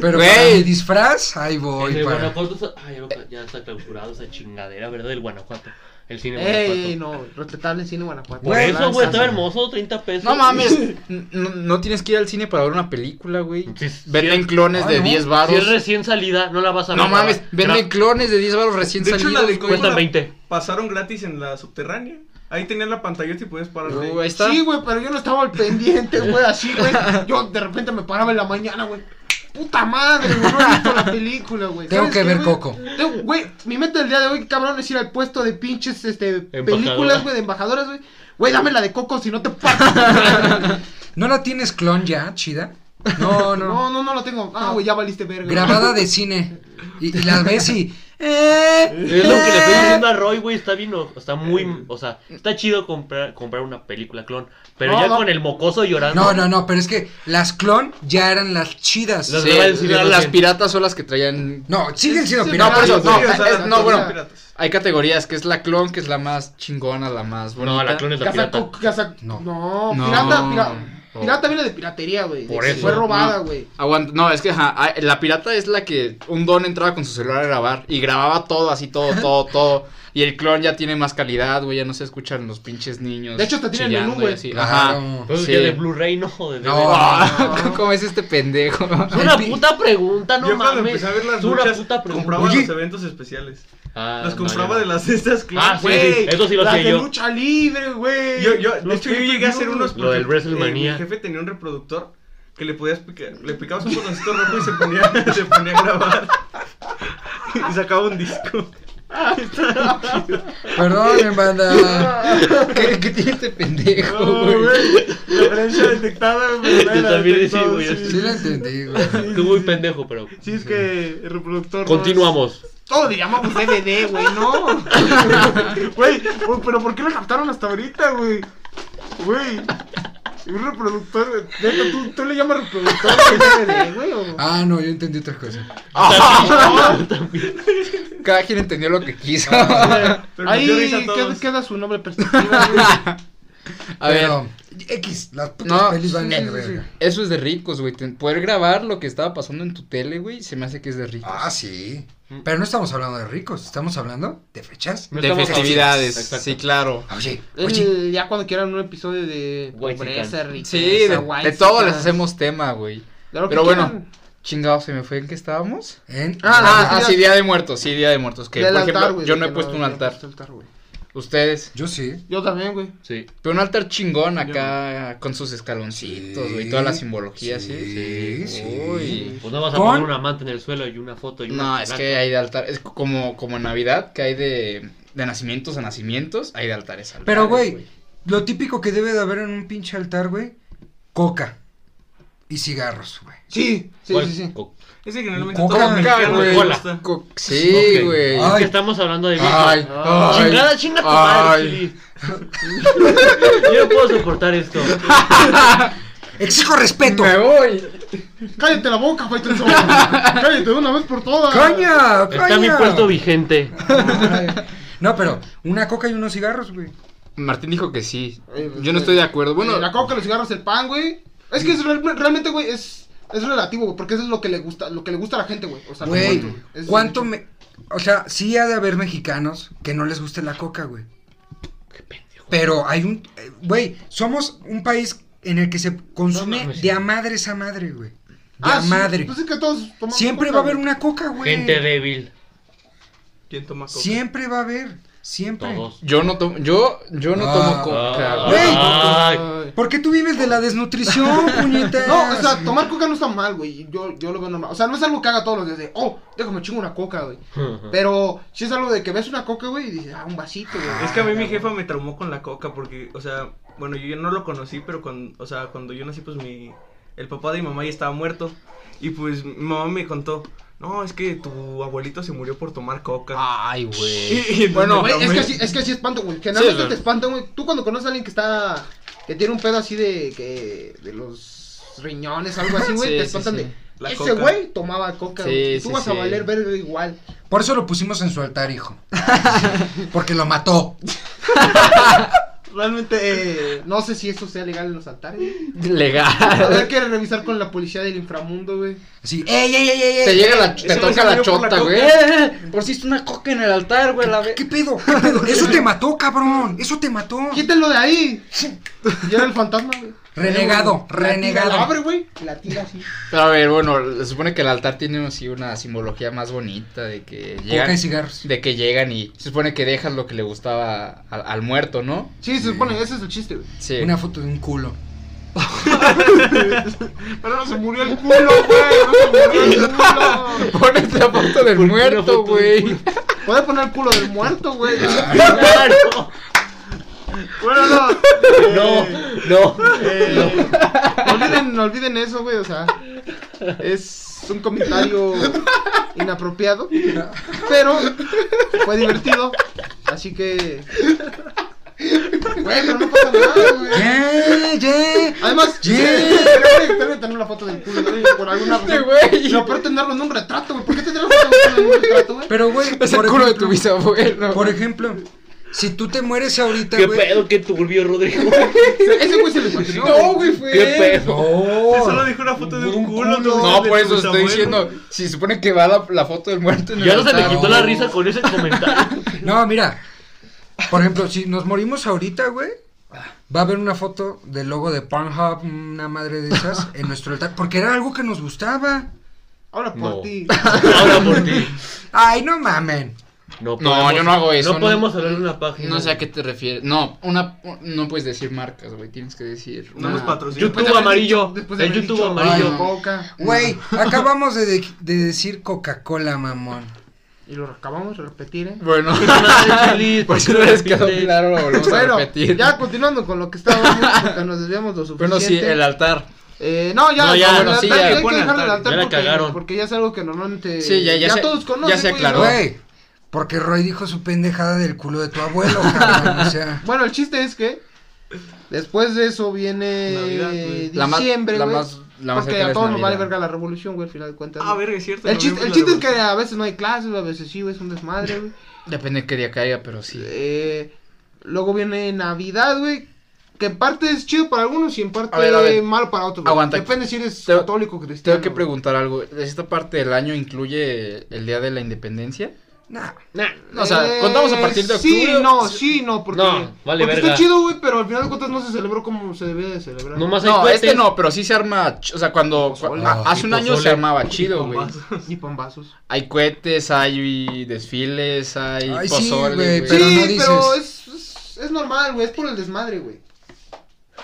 Pero Güey. para mi disfraz, ahí voy. el de para- Guanajuato está- ah, ya, lo- ya está clausurado esa chingadera, ¿verdad? Del Guanajuato. El cine Ey, Guanajuato. no, respetable cine Guanajuato. Por Güey, eso, güey, está estaba hermoso, 30 pesos. No mames. n- No, no tienes que ir al cine para ver una película, güey. Sí, sí. Verla en clones Ah, de ¿no? 10 Si baros. es recién salida, no la vas a ver. no mames, verla en vende clones de 10 baros recién De hecho, salidos, la de güey. Cuesta Coco 20. pasaron gratis en la subterránea. Ahí tenían la pantallota y podías parar de Uh, ahí está. Sí, güey, pero yo no estaba al pendiente, güey, así, güey. Yo de repente me paraba en la mañana, güey. Puta madre, güey, no he visto la película, güey. Tengo ¿Sabes que qué, ver güey? Coco. Tengo- Güey, mi meta del día de hoy, cabrón, es ir al puesto de pinches, este, Embajadora. películas, güey, de embajadoras, güey. Güey, dame la de Coco si no te parto. ¿No la tienes clon ya, chida? No, no. No, no, no lo tengo. Ah, güey, ya valiste verga. Grabada de cine. Y, y la ves y. eh, Es lo que le estoy eh. diciendo a Roy, güey, está bien, o, está muy, o sea, está chido comprar, comprar una película clon, pero No, ya no. con el mocoso llorando. No, no, no, pero es que las clon ya eran las chidas. Las- Sí, le va a decir la- algo las bien. piratas son las que traían. No, siguen siendo Sí, No, por piratas. eso, Sí, no. o sea, es- no, bueno. piratas. Hay categorías, que es la clon, que es la más chingona, la más No, bonita. la clon es la Casa, pirata. co- casa... No. No. No. pirata, pirata. Oh. Pirata viene de piratería, güey. Por De- eso. Fue robada, No. güey. Aguanta, no, es que ajá, ah, la pirata es la que un don entraba con su celular a grabar y grababa todo, así todo, todo, todo. Y el clon ya tiene más calidad, güey, ya no se escuchan los pinches niños. De hecho, hasta tiene el chillando menú, y güey. así, Claro. Ajá. Entonces Sí. ya de Blu-ray no, de DVD. No. Ah, ¿Cómo es este pendejo? Es una El pi- puta pregunta, no Yo cuando mames. empecé a ver las es una luchas, puta pregunta. compraba Oye. los eventos especiales. Ah, los no, compraba ya de las de estas Ah, claras. sí, sí, eso sí lo Las hacía de yo. lucha libre, güey. Yo, yo, de Los hecho, yo llegué a hacer unos. Lo del porque, eh, WrestleMania. mi jefe tenía un reproductor que le podías picar. Le picabas un botoncito rojo y se ponía, se ponía a grabar. y sacaba un disco. Perdón, banda. ¿Qué, qué tiene este pendejo, güey? Referencia detectada, güey. Yo también sí, güey, así. Sí la entendí, güey. Tú muy pendejo, pero. Sí, es que el reproductor. no es- Continuamos. Todo le llamamos DVD, güey, no. Güey, güey, pero ¿por qué lo captaron hasta ahorita, güey? Güey. Un reproductor, güey. Neta, ¿tú, tú le llamas reproductor güey, DVD, güey. o- Ah, no, yo entendí otra cosa. Cada quien entendió lo que quiso. Pero nos dio risa a Ahí todos. queda, queda su nombre perspectiva, güey. A ver, Pero, X, las putas No, pelis van sí, a la sí, verga. eso es de ricos, güey. Ten- Poder grabar lo que estaba pasando en tu tele, güey, se me hace que es de ricos. Ah, sí. Mm. Pero no estamos hablando de ricos, estamos hablando de fechas. Ah, No de estamos festividades. hablando- Sí, Exacto. claro. Oye, oye. El- ya cuando quieran un episodio de White pobreza, chicken. riqueza, Sí, de, white de todo chicken. les hacemos tema, güey. De lo que Pero bueno, quieran. chingado, se me fue en qué estábamos. ¿En? Ah, Ah, ah, ah, ya. sí, Día de Muertos, sí, Día de Muertos. Que, Del por ejemplo, altar, güey, yo de no he que puesto un yo he altar. puesto güey. Ustedes. Yo sí. Yo también, güey. Sí. Pero un altar chingón acá, con sus escaloncitos, güey, toda la simbología, sí. Sí, sí. Uy. Pues no vas a Con- poner una manta en el suelo y una foto y una. No, es placa. que hay de altar, es como, como en Navidad, que hay de, de nacimientos a nacimientos, hay de altares a altares. Pero, güey, lo típico que debe de haber en un pinche altar, güey, coca y cigarros, güey. Sí, sí, ¿Cuál? sí, sí. Co- Es que generalmente Coca, todos los mexicanos güey. les gusta. Co- Sí, Ok. güey. Ay. Es que estamos hablando de viejas. Ay, ay. Chingada, chinga tu Ay. madre, Chili. Yo no puedo soportar esto. Exijo respeto. Me voy. Cállate la boca, Fighter Zone. Cállate de una vez por todas. ¡Coña! Está mi coña! puesto vigente. Ay. No, pero una coca y unos cigarros, güey. Martín dijo que sí. Eh, pues, Yo no eh, estoy de acuerdo. Bueno, Eh, la coca, los cigarros, el pan, güey. Es que es real- realmente, güey, es, es relativo, güey, porque eso es lo que le gusta, lo que le gusta a la gente, güey. O sea, Güey, no, eso es ¿cuánto mucho. me...? O sea, sí ha de haber mexicanos que no les guste la coca, güey. Pero hay un... eh, Güey, somos un país en el que se consume No mames. de a madre esa madre, güey. De Ah, a sí, madre. Pues es que todos tomamos Siempre coca, va a haber güey. una coca, güey. Gente débil. ¿Quién toma coca? Siempre va a haber. Siempre. Todos. yo no tomo, yo, yo no Ah. tomo coca, Ah. güey. Güey. Ay. ¿Por qué tú vives de la desnutrición, puñetas? No, Ah, o sea, tomar coca no está mal, güey. Yo, yo lo veo normal. O sea, no es algo que haga todos los días de, oh, déjame chingo una coca, güey. Pero sí es algo de que ves una coca, güey, y dices, ah, un vasito, güey. Es que a mí mi jefa me traumó con la coca porque, o sea, bueno, yo no lo conocí, pero cuando, o sea, cuando yo nací, pues mi, el papá de mi mamá ya estaba muerto. Y pues mi mamá me contó, no, es que tu abuelito se murió por tomar coca. Ay, Ah, güey. Y- y Bueno, Güey, me es traumé. que así, es que así espanto, güey. Generalmente Sí, te güey. espantan, güey. Tú cuando conoces a alguien que está. que tiene un pedo así de. que. de los riñones, algo así, güey, Sí, te sí, espantan sí. de. La Ese coca". güey tomaba coca, Sí, güey. y tú sí, vas a sí. valer verga igual. Por eso lo pusimos en su altar, hijo. Porque lo mató. Realmente, eh, no sé si eso sea legal en los altares. güey. Habrá Legal. que revisar con la policía del inframundo, güey. Así, ¡ey, ey, ey, ey! Te ey! llega la, te Ese güey toca se la murió por chota, la coca. güey. Eh, Por si es una coca en el altar, güey, la ve. ¿Qué pedo? ¿Qué pedo? Eso te mató, cabrón. Eso te mató. ¡Quítalo de ahí! Y era el fantasma, güey. Renegado, La tira, La abre, renegado. güey. La tira así. Pero a ver, bueno, se supone que el altar tiene así una simbología más bonita de que Coca llegan, y cigarros. de que llegan y se supone que dejas lo que le gustaba al, al muerto, ¿no? Sí, se supone, ese es el chiste, güey. Sí. Una foto de un culo. Pero no se murió el culo, güey. No se murió el culo. Pones la foto del muerto, güey. Puede poner el culo del muerto, güey. Claro. Bueno, no. No, Eh, no. eh, olviden, olviden eso, güey, o sea, es un comentario inapropiado, pero fue divertido, así que... Güey, pero no pasa nada, güey. Yeah, yeah. Además, Yeah. espérame, espérame tener la foto del culo, güey, por alguna razón. Este güey. Pero peor tenerlo en un retrato, güey, ¿por qué tener la foto en un retrato, güey? Pero, güey, Es el por culo de tu ejemplo- bisabuelo. Por ejemplo, si tú te mueres ahorita, Qué güey. pedo, qué turbio, Rodrigo. Ese güey se le imaginó. No, güey, fue. Qué él. pedo. No. Sí, solo dijo una foto de un culo. No, por de tu eso estoy bisabuelo. diciendo. Si supone que va la, la foto del muerto en el Ya no se le altar. quitó la risa con ese comentario. No, mira. Por ejemplo, si nos morimos ahorita, güey, va a haber una foto del logo de Pornhub, una madre de esas, en nuestro altar. Porque era algo que nos gustaba. Ahora por No. ti. Ahora por ti. Ay, no mamen. No, yo no hago eso, No, no. podemos hablar de una página. No sé a qué te refieres. No, una, no puedes decir marcas, güey. Tienes que decir. No una- nos patrocina. YouTube amarillo. El YouTube amarillo. Ay, Coca. Güey, acabamos de, de- de decir Coca-Cola, mamón. Y lo acabamos de repetir, eh. Bueno, Madre, Chelis, por si ¿por Pues no qué les lo quedó repite? claro, lo volvemos a Bueno, repetir. ya continuando con lo que estábamos, porque nos desviamos lo suficiente. Bueno, sí, el altar. Eh, no, ya, No, ya, bueno, no, sí, hay- ya. hay que Ponen dejarlo en el altar altar, ya la porque, cagaron. porque ya es algo que normalmente Sí, ya- ya se- todos conocen. ya se güey, aclaró. ¿no? Güey, porque Roy dijo su pendejada del culo de tu abuelo, cabrón. O sea, Bueno, el chiste es que después de eso viene Navidad, güey. La más- diciembre, la güey, más- la más porque cercana a es todos nos Navidad. vale verga la revolución, güey, al final de cuentas. Ah, güey. verga, es cierto. el no chiste, vimos el la chiste es que revolución. a veces no hay clases, a veces sí, güey, es un desmadre, güey. Depende de qué día caiga, pero sí. Eh, luego viene Navidad, güey. Que en parte es chido para algunos y en parte A ver, a ver. malo para otros. güey. Aguanta. Depende si eres Te- católico o cristiano. Tengo que güey. preguntar algo. ¿Esta parte del año incluye el día de la independencia? nah. O sea, Eh, contamos a partir de octubre. Sí, no, sí, no. Porque, No, vale porque verga. está chido, güey, pero al final de cuentas no se celebró como se debía de celebrar. No más hay No, cohetes. este no, pero sí se arma. ch- O sea, cuando. Pues cua- Pozole. a- hace un Y año se pozole. armaba chido, güey. Bombazos. Ni pambazos. Hay cohetes, hay desfiles, hay Ay, sí, pozole, güey, güey. Pero sí, no dices. pero es, es, es normal, güey. Es por el desmadre, güey.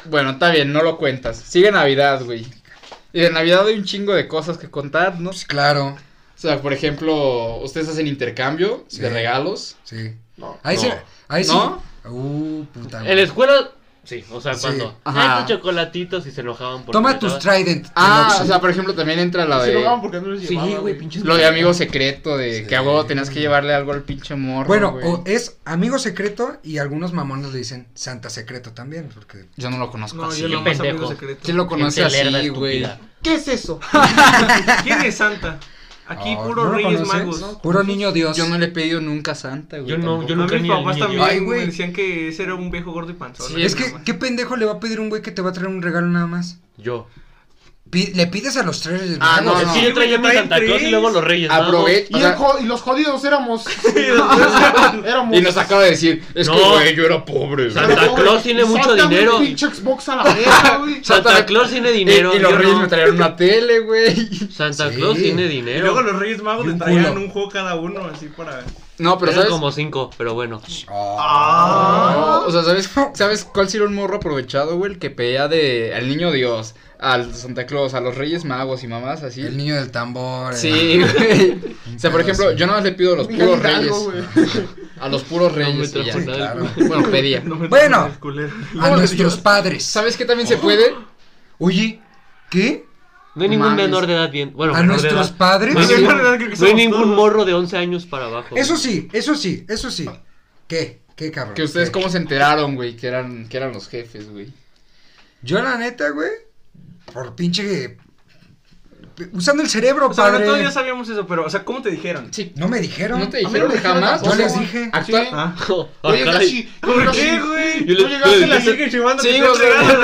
Bueno, está bien, no lo cuentas. Sigue Navidad, güey. Y de Navidad hay un chingo de cosas que contar, ¿no? O Pues claro, sea, por ejemplo, ustedes hacen intercambio Sí. de regalos. sí. No. Ahí No. sí. Ahí sí. ¿No? Uh, puta. En güey. la escuela. Sí, o sea, Sí. cuando. Ajá. Ah, estos chocolatitos y se enojaban por. Toma tus Trident. del Ah, Oxxo. o sea, por ejemplo, también entra la Se de. lo daban porque no les Sí, llevaba, güey, pinches. Lo de amigo secreto, de Sí. que a huevo tenías que llevarle algo al pinche morro. Bueno, güey. o eh, es amigo secreto y algunos mamones le dicen Santa secreto también, porque Yo no lo conozco No, así. yo qué no más amigo pendejo. secreto. Sí lo conoce Gente lerda, así, güey. estúpida. ¿Qué es eso? ¿Quién es Santa? Aquí Ah, puro ¿no lo Reyes conoces? Magos. Puro niño Dios. Yo no le he pedido nunca a Santa, güey. Yo no, tampoco. yo A mí nunca mis ni al papás niño. también Ay, güey. me decían que ese era un viejo gordo y panzón. Sí, Ay, Es es no que, mames. ¿qué pendejo le va a pedir un güey que te va a traer un regalo nada más? Yo. Pi- le pides a los tres Ah, Magos. no, Es no. que Sí, yo traía güey, mi Santa traen Claus y tres. luego los Reyes. Magos. Aprove- Y, o el sea, jo- y los jodidos éramos. éramos. y nos acaba de decir, es que No. güey, yo era pobre, güey. Santa Pero, Claus tiene mucho sácame un dinero. pinche Xbox a la verga, güey. Santa Claus tiene dinero. Y, y los yo reyes no. me trajeron una tele, güey. Santa Sí. Claus tiene Y luego dinero. los Reyes Magos Y un le traían culo. un juego cada uno, así para. No, pero Eran ¿sabes? como cinco, pero bueno. No, o sea, ¿sabes, ¿sabes cuál sería un morro aprovechado, güey? El que pedía de al niño Dios, al Santa Claus, a los Reyes Magos y mamás así. El niño del tambor. Sí, güey. O sea, por ejemplo, yo nada más le pido a los Miguel puros Hidalgo, reyes. güey. A los puros No me reyes. y trajo Sí, ya. nada. claro. Bueno, pedía. No me Bueno. toques el culero. A nuestros padres. ¿Sabes qué también se puede? Oye, ¿qué? No hay ningún Mames. menor de edad bien. Bueno, ¿A menor de nuestros edad. padres? No hay, Sí, ningún- menor de edad creo que no hay somos ningún todos. morro de 11 años para abajo. Eso sí, eso sí, eso sí. ¿Qué? ¿Qué cabrón? Que ustedes ¿Qué? cómo se enteraron, güey, que eran, que eran los jefes, güey. Yo la neta, güey, por pinche usando el cerebro, O sea, padre. bueno, todos ya sabíamos eso, pero, o sea, ¿cómo te dijeron? Sí. No me dijeron. ¿No te A mí no dijeron me dijeron jamás? tampoco. Yo les dije. Actual- Sí. Ah. Ah, Oye, caray. casi. ¿Por casi- qué, güey? Yo Tú le- llegaste yo a la les- siguen llevando. Sí, te o sea- regalan a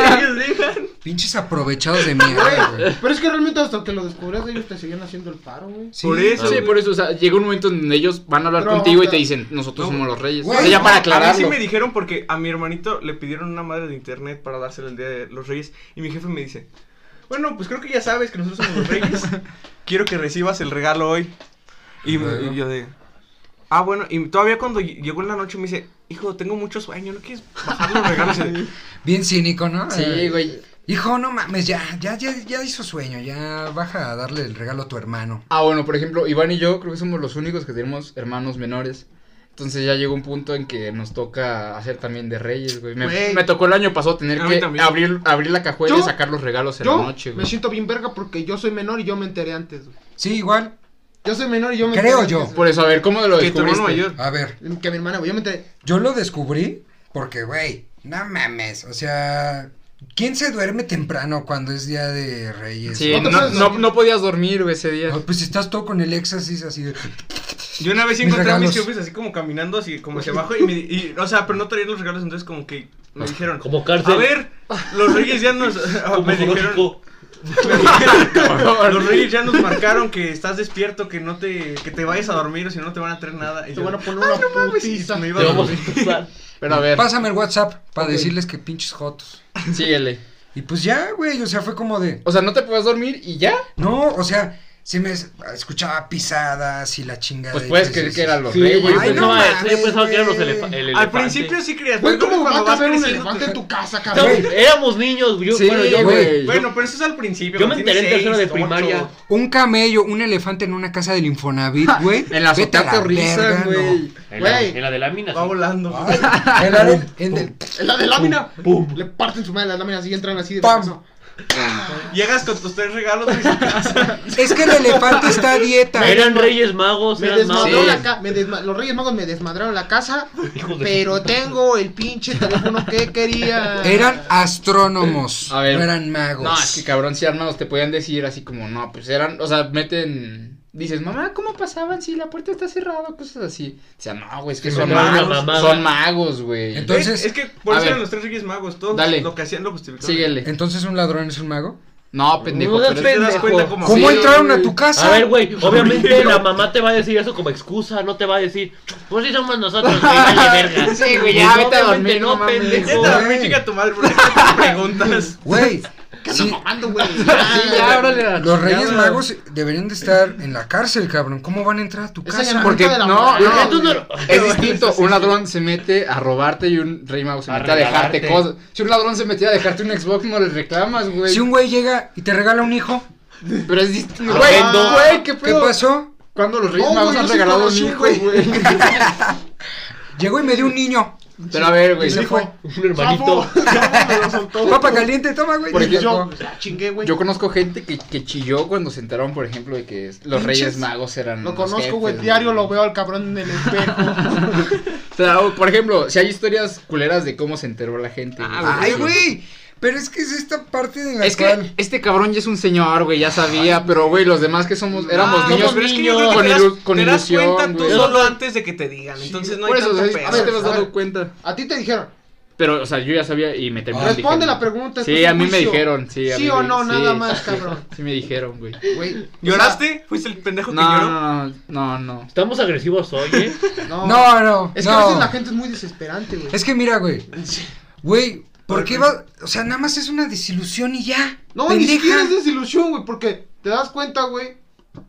los que ellos dejan. Pinches aprovechados de mierda, güey. Pero es que realmente hasta que lo descubrías, ellos te seguían haciendo el paro, güey. Sí. Por Sí, eso. Ah, güey. por eso, o sea, llega un momento donde ellos van a hablar Pero, contigo o y te sea, dicen, nosotros no, somos los reyes. güey, o sea, ya no, para A mí sí aclararlo. me dijeron porque a mi hermanito le pidieron una madre de internet para dársela el día de los Reyes. Y mi jefe me dice: Bueno, pues creo que ya sabes que nosotros somos los Reyes. Quiero que recibas el regalo hoy. Y, me- Luego. y yo de. Ah, bueno, y todavía cuando ll- llegó en la noche me dice: Hijo, tengo mucho sueño, ¿no quieres bajar los regalos? Y de, Bien cínico, ¿no? Eh, Sí, güey. Hijo, no mames, ya, ya, ya, ya hizo sueño, ya baja a darle el regalo a tu hermano. Ah, bueno, por ejemplo, Iván y yo creo que somos los únicos que tenemos hermanos menores. Entonces ya llegó un punto en que nos toca hacer también de reyes, güey. Me, Güey. me tocó el año pasado tener A mí que también. abrir, abrir la cajuela y Yo- sacar los regalos en Yo la noche, me güey. siento bien verga porque yo soy menor y yo me enteré antes, güey. Sí, igual. Yo soy menor y yo me Creo enteré yo. antes, Por eso, a ver, ¿cómo lo Que tu hermano descubriste? mayor. A ver, güey. Que mi hermana, güey, yo me enteré. yo lo descubrí porque, güey, no mames. O sea, ¿quién se duerme temprano cuando es día de Reyes? Sí, ¿No te no, puedes no, dormir? no podías dormir, güey, ese día. No, pues estás todo con el éxtasis así de... Yo una vez sí Mis encontré a mis regalos. jefes así como caminando, así como hacia abajo. Y me, y, o sea, pero no traían los regalos, entonces como que me dijeron: Como A cárcel. ver, los reyes ya nos. como me dijeron. zoológico. me dijeron, los reyes ya nos marcaron que estás despierto, que no te. Que te vayas a dormir o si no no te van a traer nada. Y Te yo- van a poner una y putiza. me iba Te a vamos a dormir. expulsar. Pero a ver, Pásame el WhatsApp para decirles que pinches jotos. síguele. Y pues ya, güey, o sea, fue como de... O sea, no te podías dormir y ya. No, o sea, se me es- escuchaba pisadas y la chingada. Pues y puedes pues, creer sí, que eran sí. los Sí, reyes. güey, pues, yo Ay, güey. no pensaba, mames, yo pensaba que eran los güey. elefa- el elefante. Al principio sí creías, Güey, pero ¿cómo cuando vas a vas ver un creciendo elefante te- en tu casa, No, cabrón? éramos niños, yo, Sí, bueno, yo, güey. güey. Bueno, pero eso es al principio. Yo me cuando enteré en tienes tercero de seis, primaria. ocho. Un camello, un elefante en una casa del Infonavit, güey. En la Vete azotea a verga, aterrizan, no. güey. En la, Güey. en la de la mina. Va sí. volando. Ah. Ay, el are- en el- Es la de lámina. Pum, pum. Le parten su madre las láminas y entran así de Pam. regreso. Llegas con tus tres regalos y dices, Es que el elefante está a dieta. Eran reyes magos, Me eran magos. desmadró Sí. la ca- me desma- los Reyes Magos me desmadraron la casa, Hijos de pero su- tengo el pinche teléfono que quería. Eran astrónomos. A ver. No eran magos. No, es que cabrón, si armados te podían decir así como, no, pues eran, o sea, meten, dices, mamá, ¿cómo pasaban si la puerta está cerrada? Cosas así. O sea, no, güey, es que Sí, son me mandaron una magos, mamada. son magos, güey. Entonces- Es, es que por A eso ver. eran los tres reyes magos, todos Dale. lo que hacían lo justificaban. Síguele. Entonces un ladrón es un mago. No, pendejo, No, pero es- Te das Pendejo. cuenta como ¿Cómo Sí, entraron güey. a tu casa? A ver, güey, obviamente la mamá te va a decir eso como excusa, no te va a decir, pues sí somos nosotros, güey, dale verga. Sí, güey, ya, Pues, vete a dormir, obviamente no mames. Neta, pendejo. a Güey. mí chica tu madre, porque te preguntas. Güey. ¿Qué sí, andan mamando, güey? Sí, ya, ábrale la los Reyes chingada. Magos deberían de estar en la cárcel, cabrón. ¿Cómo van a entrar a tu Esa casa? llamada- Porque, Nunca de la no, madre. no, Porque tú no lo- Es distinto, un ladrón se mete a robarte y un rey mago se A mete a dejarte regalarte. cosas. Si un ladrón se metía a dejarte un Xbox, no le reclamas, güey. Si un güey lega y te regala un hijo, Pero es distinto. Ah, Güey, vendo. güey, ¿qué ¿qué pedo? pasó? ¿Cuándo los reyes No, magos güey, han yo sí regalado un conocí, hijo, güey. güey? Llegó y me dio un niño. Pero a ver, güey. Y se fue. Un hermanito. Papa caliente, toma, güey. Porque Y se Yo fue. la chingué, güey. Yo conozco gente que, que chilló cuando se enteraron, por ejemplo, de que los Pinches. Reyes Magos eran. Lo los conozco, jefes, güey. Diario lo veo al cabrón en el espejo. O sea, o- por ejemplo, si hay historias culeras de cómo se enteró la gente. Ah, Ay, güey. Pero es que es esta parte de la Es que cual- este cabrón ya es un señor, güey, ya sabía, pero güey, los demás que somos, éramos Ah, no, niños, pero es que yo creo que con, te das- ilu- con te das ilusión, cuenta tú güey. solo antes de que te digan, entonces no hay Por eso, o tanto sea, pedo. a ver, te vas A dando ver. cuenta. A ti te dijeron. Pero, o sea, yo ya sabía y me terminaron Responde diciendo. la pregunta. esto Sí, es a un mí me juicio. dijeron, sí. a Sí mí o me- no, sí, nada sí, más, sí, cabrón. Sí, me dijeron, güey. Güey. ¿Lloraste? ¿Fuiste el pendejo No, que lloró? no, no, no, no. Estamos agresivos hoy, ¿eh? No. No, no. Es que a no. veces la gente es muy desesperante, güey. Es que mira, güey. Güey, ¿por qué va? O sea, nada más es una desilusión y ya. No, ni pendeja. siquiera es desilusión, güey, porque te das cuenta, güey,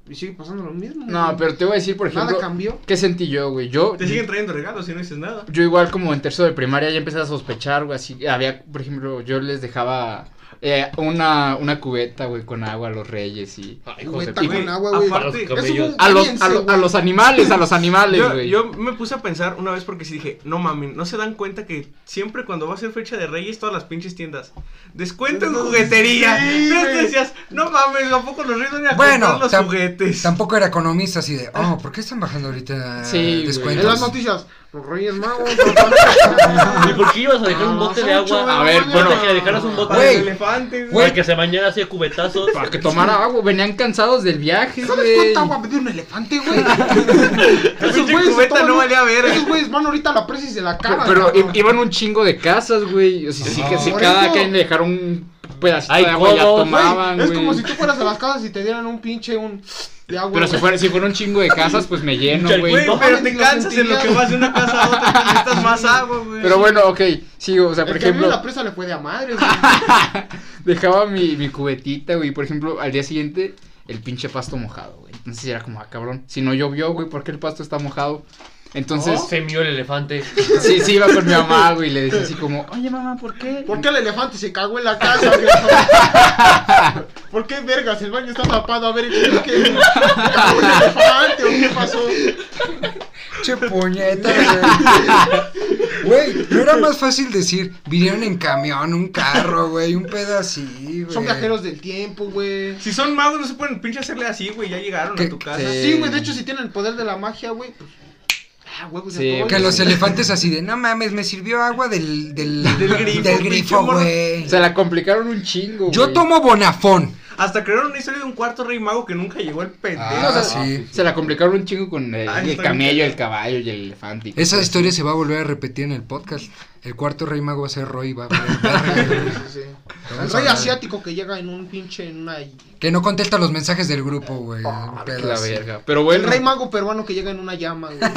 y sigue pasando lo mismo. No, güey. pero te voy a decir, por ejemplo, Nada cambió. ¿qué sentí yo, güey? Yo, Te siguen trayendo regalos y no dices nada. yo igual como en tercero de primaria ya empecé a sospechar, güey, así, había, por ejemplo, yo les dejaba eh, una, una cubeta, güey, con agua a los reyes y... Ay, hijos de Cubeta pi- güey, con agua, güey. para los aparte, Eso fue camellos. un A los, a, cállense, lo- a güey. los animales, a los animales, Yo, güey. yo me puse a pensar una vez porque sí dije, no mamen, no se dan cuenta que siempre cuando va a ser fecha de Reyes, todas las pinches tiendas, descuento en juguetería. Sí, Pero te güey. decías, no mames, tampoco los Reyes van a ir a Bueno, comprar los tam- juguetes. Tampoco era economista así de, oh, ¿por qué están bajando ahorita Sí, güey. En las descuentos? noticias, los Reyes Magos. ¿Y por qué ibas a dejar un bote de agua? A ver, bueno. que le dejaras un bote. Para Güey. los elefantes. Güey. Para que se bañara así a cubetazos. Para que tomara agua, venían cansados del viaje, ¿Sabes güey. cuánta agua me dio un elefante, güey? Pinche Esos güeyes se cubeta toman no un- valía verga. Esos güeyes van ahorita a la presa y se la cagan. Pero i- cabrón. iban un chingo de casas, güey. O sea, sí, que No. si Por cada eso. quien le dejaron un pedacito Ay, de agua ya codos, güey. Güey, tomaban, es güey. como si tú fueras a las casas y te dieran un pinche un de agua. Pero si güey. fuera, si fuera un chingo de casas, pues me lleno, Mucha güey. Güey, No pero mames, te ni lo cansas en lo que sentirías. vas de una casa a otra, te necesitas más agua, güey. Pero bueno, ok, sí, o sea, El por que vive en la ejemplo, presa le fue de a madre, güey. dejaba mi, mi cubetita, güey, por ejemplo, al día siguiente, el pinche pasto mojado, güey. Entonces era como, ah, cabrón, si no llovió, güey, ¿por qué el pasto está mojado? Entonces, Se mió el elefante. sí, sí, iba con mi mamá, güey, y le decía así como, oye, mamá, ¿por qué? ¿Por qué el elefante se cagó en la casa, güey? ¿Por qué vergas? El baño está tapado. A ver, ¿qué qué- qué- un elefante o qué pasó? Che puñeta, güey. Güey, no era más fácil decir, vinieron en camión, un carro, güey, un pedacito, güey. Son viajeros del tiempo, güey. Si son magos, no se pueden pinche hacerle así, güey. Ya llegaron Que- a tu casa. que- Sí, güey, de hecho, si tienen el poder de la magia, güey, pues. Ah, huevos Sí, de todo, Que güey. los elefantes así de, no mames, me sirvió agua del, del, Del grifo, del pinche grifo, morro". güey. Se la complicaron un chingo. Yo güey. tomo bonafón. Hasta crearon una historia de un cuarto rey mago que nunca llegó el pendejo. Ah, O sea, sí. Se la complicaron un chingo con el, Ah, el está bien. camello, el caballo y el elefante. y Esa cosas historia se va a volver a repetir en el podcast. El cuarto rey mago va a ser Roy. Va a volver. Sí, sí. El Vamos a rey hablar. asiático que llega en un pinche. En una... Que no contesta los mensajes del grupo, güey. un así. pedo La así. verga. Pero El bueno. rey mago peruano que llega en una llama, güey.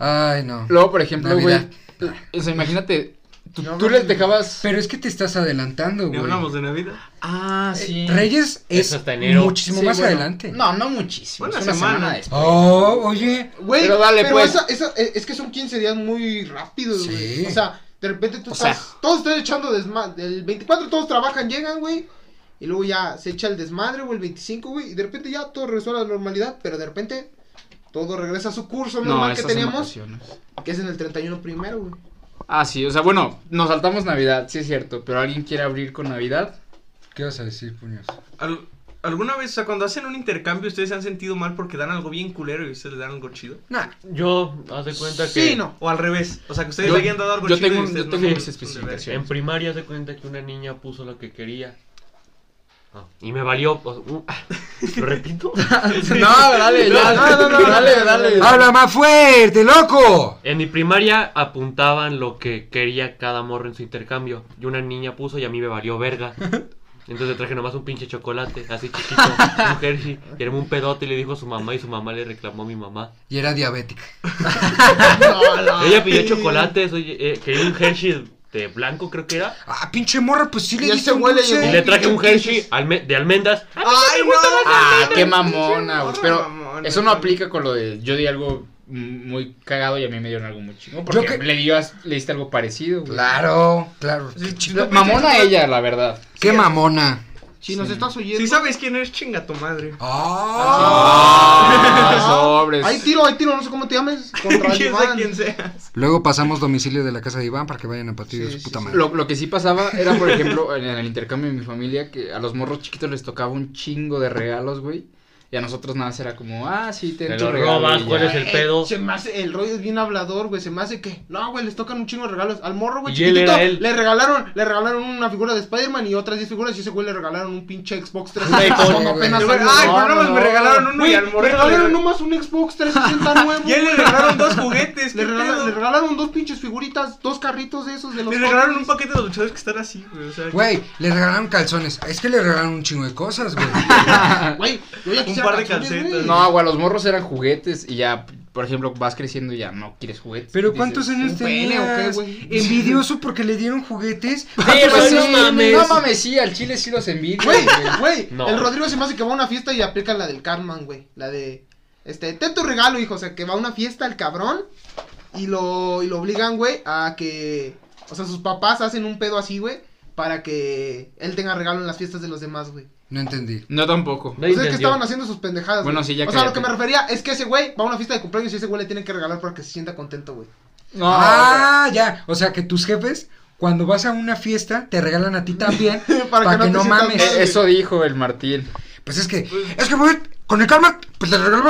Ay, no. Luego, por ejemplo, güey. eh, Navidad. O sea, imagínate. Tú, No, tú no, les no. dejabas. Pero es que te estás adelantando, Ni güey. hablamos de Navidad. Ah, sí. Reyes es Eso hasta enero. Eh, muchísimo Sí, más bueno. adelante. No, no muchísimo. Una es una semana, semana. después. Oh, oye. Güey, Pero dale, pues. esa- esa- eh, es que son 15 días muy rápidos, güey. Sí. O sea, de repente tú O estás. sea. Todos están echando desmadre. El 24 todos trabajan, llegan, güey. Y luego ya se echa el desmadre, güey, el 25, güey. Y de repente ya todo resuelve la normalidad. Pero de repente todo regresa a su curso normal que esas son teníamos. vacaciones. Que es en el 31 primero, güey. Ah, sí. O sea, bueno, nos saltamos Navidad, sí es cierto. Pero alguien quiere abrir con Navidad. ¿Qué vas a decir, puños? Al- ¿Alguna vez, o sea, cuando hacen un intercambio, ustedes se han sentido mal porque dan algo bien culero y ustedes le dan algo chido? Nah. Yo, haz de cuenta que. Sí, no. O al revés. O sea, que ustedes Yo- le hayan dado algo yo chido. tengo y un- ustedes yo no tengo son- mis son de especificaciones. En primaria se cuenta que una niña puso lo que quería. Ah, y me valió. o- uh, lo repito. No, dale, ya. No, no, no, no, dale, no, no, dale. ¡Habla más fuerte, loco! En mi primaria apuntaban lo que quería cada morro en su intercambio. Y una niña puso y a mí me valió verga. Entonces le traje nomás un pinche chocolate, así chiquito, un Hershey, y era un pedote y le dijo a su mamá y su mamá le reclamó a mi mamá. Y era diabética. Ella pidió chocolate, soy- eh, quería un Hershey de blanco creo que era. Ah, pinche morra, pues sí le Ya diste se un huele, dulce. llegó. Y le traje un Hershey alme- de almendras. ¡Ay, no! Ah, qué mamona, güey. Pinche Pero morra mamona, eso no güey. aplica con lo de yo di algo mm, muy cagado y a mí me dieron algo muy chingo. Porque que- le, dio, as- le diste algo parecido, güey. Claro, claro. Si- si La- no pediste Mamona chocolate- ella, la verdad. ¡Qué mamona! Si nos estás oyendo. Si sabes quién eres, chinga tu madre. Ah. Ah, sobres. Hay tiro, hay tiro, no sé cómo te llames. Contra el quién sea Iván. quien seas. Luego pasamos domicilio de la casa de Iván para que vayan a partir de Sí, su sí, puta sí. madre. Lo, lo que sí pasaba era, por ejemplo, en el intercambio de mi familia, que a los morros chiquitos les tocaba un chingo de regalos, güey. Y a nosotros nada más era como, ah, sí, ten Te tu lo regalo robas, y ya. ¿cuál es el Eh, pedo? Se me hace, el rollo es bien hablador, güey. Se me hace que. No, güey, les tocan un chingo de regalos. Al morro, güey, Y él chiquitito. era él. Le regalaron, le regalaron una figura de Spider-Man y otras 10 figuras. Y ese güey le regalaron un pinche Xbox 360. Xbox, cuando güey. apenas Ay, salió. pero no, no, más no. me regalaron uno Güey, y al le morrito. le regalaron regalaron- nomás un Xbox 360 nuevo. Y a él le regalaron dos juguetes. Le ¿qué regalaron, pedo? le regalaron dos pinches figuritas, dos carritos de esos de los. Le regalaron un Hot Wheels. paquete de luchadores que están así, güey. O sea, Güey, le regalaron calzones. Es que le regalaron un chingo de cosas, güey. Güey, yo ya Un quisiera par de calzones, calcetas. güey. No, güey, a los morros eran juguetes y ya, por ejemplo, vas creciendo y ya no quieres juguetes. Pero Dices, ¿cuántos años ¿un pene o qué, tenías? güey? Envidioso porque le dieron juguetes. Sí, Ah, pero pues, sí, sí, no mames. no mames. sí, al chile sí los envidio. Güey, Güey. güey, No. el Rodrigo se me hace que va a una fiesta y aplica la del Carmen, güey. La de, este, ten tu regalo, hijo. O sea, que va a una fiesta el cabrón y lo, y lo obligan, güey, a que, o sea, sus papás hacen un pedo así, güey, para que él tenga regalo en las fiestas de los demás, güey. No entendí. No tampoco. No O sea, pues es que entendió. estaban haciendo sus pendejadas. Bueno, güey. sí, ya O sea, lo cállate. que me refería es que ese güey va a una fiesta de cumpleaños y ese güey le tienen que regalar para que se sienta contento, güey. No. Ah, ya. O sea que tus jefes, cuando vas a una fiesta, te regalan a ti también. para, que, te no sientas mames. mal, güey. Eh, Eso dijo el Martín. Pues es que, es que, güey, con el karma, pues le regaló.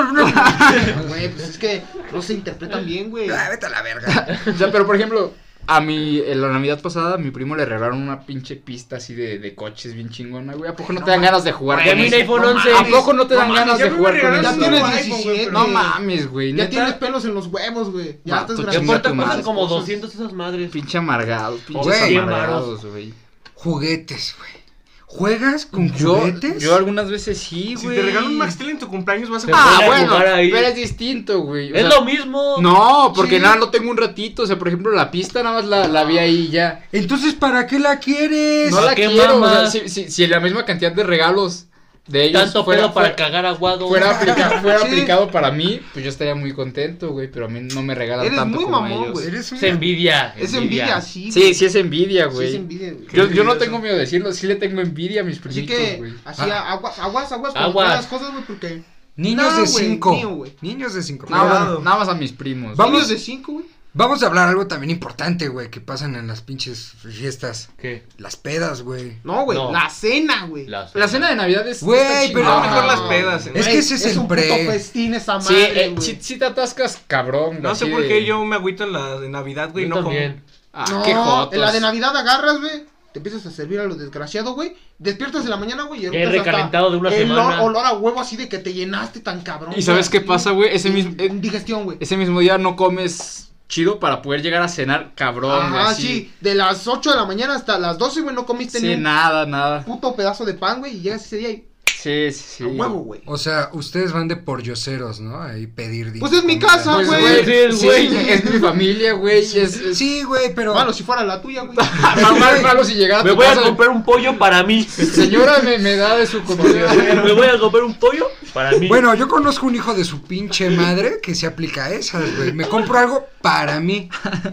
Güey, pues es que no se interpretan bien, güey. Ah, vete a la verga. O sea, pero por ejemplo, a mi, en la Navidad pasada, a mi primo le regalaron una pinche pista así de, de coches bien chingona, güey. ¿A poco no te dan ganas de jugar Güey, con mira, eso? iPhone No 11. ¿A poco no te No dan mames, ganas ya de me jugar con regalaron Ya eso? un tienes iPhone, güey, 17, pero- No mames, güey. Ya neta, tienes pelos en los huevos, güey. Ya Va, estás tú Y chinga aparte tu gracioso. cuestan madre. como 200 esas madres. Pinche amargados, pinches Güey. amargados, güey. Juguetes, güey. ¿Juegas con Yo, juguetes? yo algunas veces sí, Si güey. te regalan un Max Steel en tu cumpleaños, vas a Ah, Voy a bueno, jugar ahí. pero es distinto, güey. O es sea, lo mismo. No, porque Sí. nada, lo tengo un ratito. O sea, por ejemplo, la pista nada más la, la vi ahí y ya. Entonces, ¿para qué la quieres? No ¿A la qué quiero. O sea, mamas? si, si, si la misma cantidad de regalos de ellos Tanto fuera, pedo para fuera, cagar aguado. fuera aplica- fuera Sí. aplicado para mí, pues yo estaría muy contento, güey. Pero a mí no me regalan Eres tanto muy como mamón, ellos. güey. Eres un- Se envidia. Es envidia, sí, güey. Sí, sí es envidia, güey. Sí es envidia, güey. Yo, yo no envidioso. tengo miedo de decirlo, sí le tengo envidia a mis primitos, Así que, güey. Ah. así, aguas, aguas, aguas con Aguas. todas las cosas, güey, porque Niños No, de güey, 5. mío, güey. Niños de 5. Nada, Cuidado. más- nada más a mis primos. Vamos- Niños de 5, güey. Vamos a hablar algo también importante, güey, que pasan en las pinches fiestas. ¿Qué? Las pedas, güey. No, güey. No. La cena, güey. La cena de Navidad es. Güey, está pero- chingona. No, mejor las pedas, ¿eh? Es que ese es, el un pre. puto festín esa Sí, madre, eh, güey. sí, sí te atascas, cabrón. No sé así por de- qué yo me agüito en la de Navidad, güey. Yo No también. Ah, no, qué jotos. en la de Navidad agarras, güey. Te empiezas a servir a lo desgraciado, güey. Despiertas en la mañana, güey. y Qué eructas hasta recalentado de una el semana. olor- olor a huevo así de que te llenaste tan cabrón. ¿Y sabes qué pasa, güey? Ese mismo, eh, Indigestión, güey. ese mismo día no comes chido para poder llegar a cenar, cabrón. güey, Ajá, así. sí. De las 8 de la mañana hasta las 12, güey, no comiste Sí, ni un nada, nada. puto pedazo de pan, güey. Y llegas ese día y Sí, sí, sí. a huevo, güey. O sea, ustedes van de poryoceros, ¿no? Ahí pedir dinero. Pues es mi casa, Pues, güey. güey, Sí, el sí, güey. es mi familia, güey. Es, es- Sí, güey, pero. Malo si fuera la tuya, güey. Mal- mal- malo si llegara a Me tu voy a casa, comprar un pollo para mí. Señora, me, me da de su comida. Me voy a comprar un pollo para mí. Bueno, yo conozco un hijo de su pinche madre que se aplica a esas, güey. Me compro algo para mí.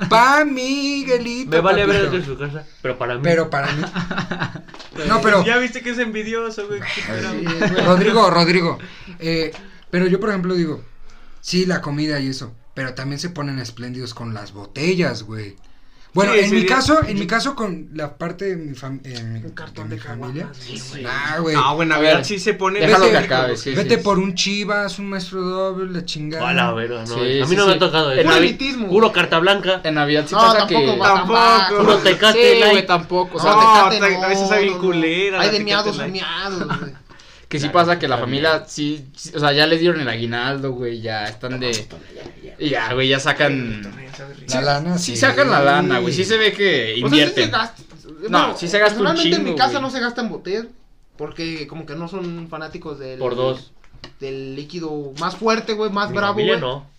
Para mí, Miguelito. me vale ver papito. desde su casa, pero para mí. Pero para mí. No, pero. como. Ya viste que es envidioso, güey. qué culero. Rodrigo, Rodrigo. eh, pero yo, por ejemplo, digo, sí, la comida y eso, pero también se ponen espléndidos con las botellas, güey. Bueno, Sí, en ese mi día- caso, en mi caso con la parte de mi, fam- eh, mi- cartón de mi de familia. caguamas, Nah, güey. No, güey, A Navidad ver, sí se pone. Ah, Déjalo Vete- que acabe, sí, Vete sí, por un chivas, un maestro doble, la chingada. A la verga, no. Sí, a mí sí, no me sí. ha tocado En eso. Puro Navi- elitismo. Puro güey. carta blanca. En Navidad sí No, pasa tampoco, que... güey, tampoco. Tampoco. Puro Sí, tecate, güey, light. tampoco. O sea, No, de- Tecate tra- a veces hay bien culera, Hay la de Tecate miados a Light. miados, güey. que sí claro, pasa que la también. familia sí, sí, O sea, ya les dieron el aguinaldo, güey. Ya están de... y Ya, güey, ya sacan... La lana. Sí sacan la lana, güey. Sí se ve que O sea, sí se invierten. gasta. No, sí se gasta un en mi chingo, casa güey. no se gastan botellas. Porque como que no son fanáticos del. Por dos. Del líquido más fuerte, güey, más Mi bravo, familia güey. no.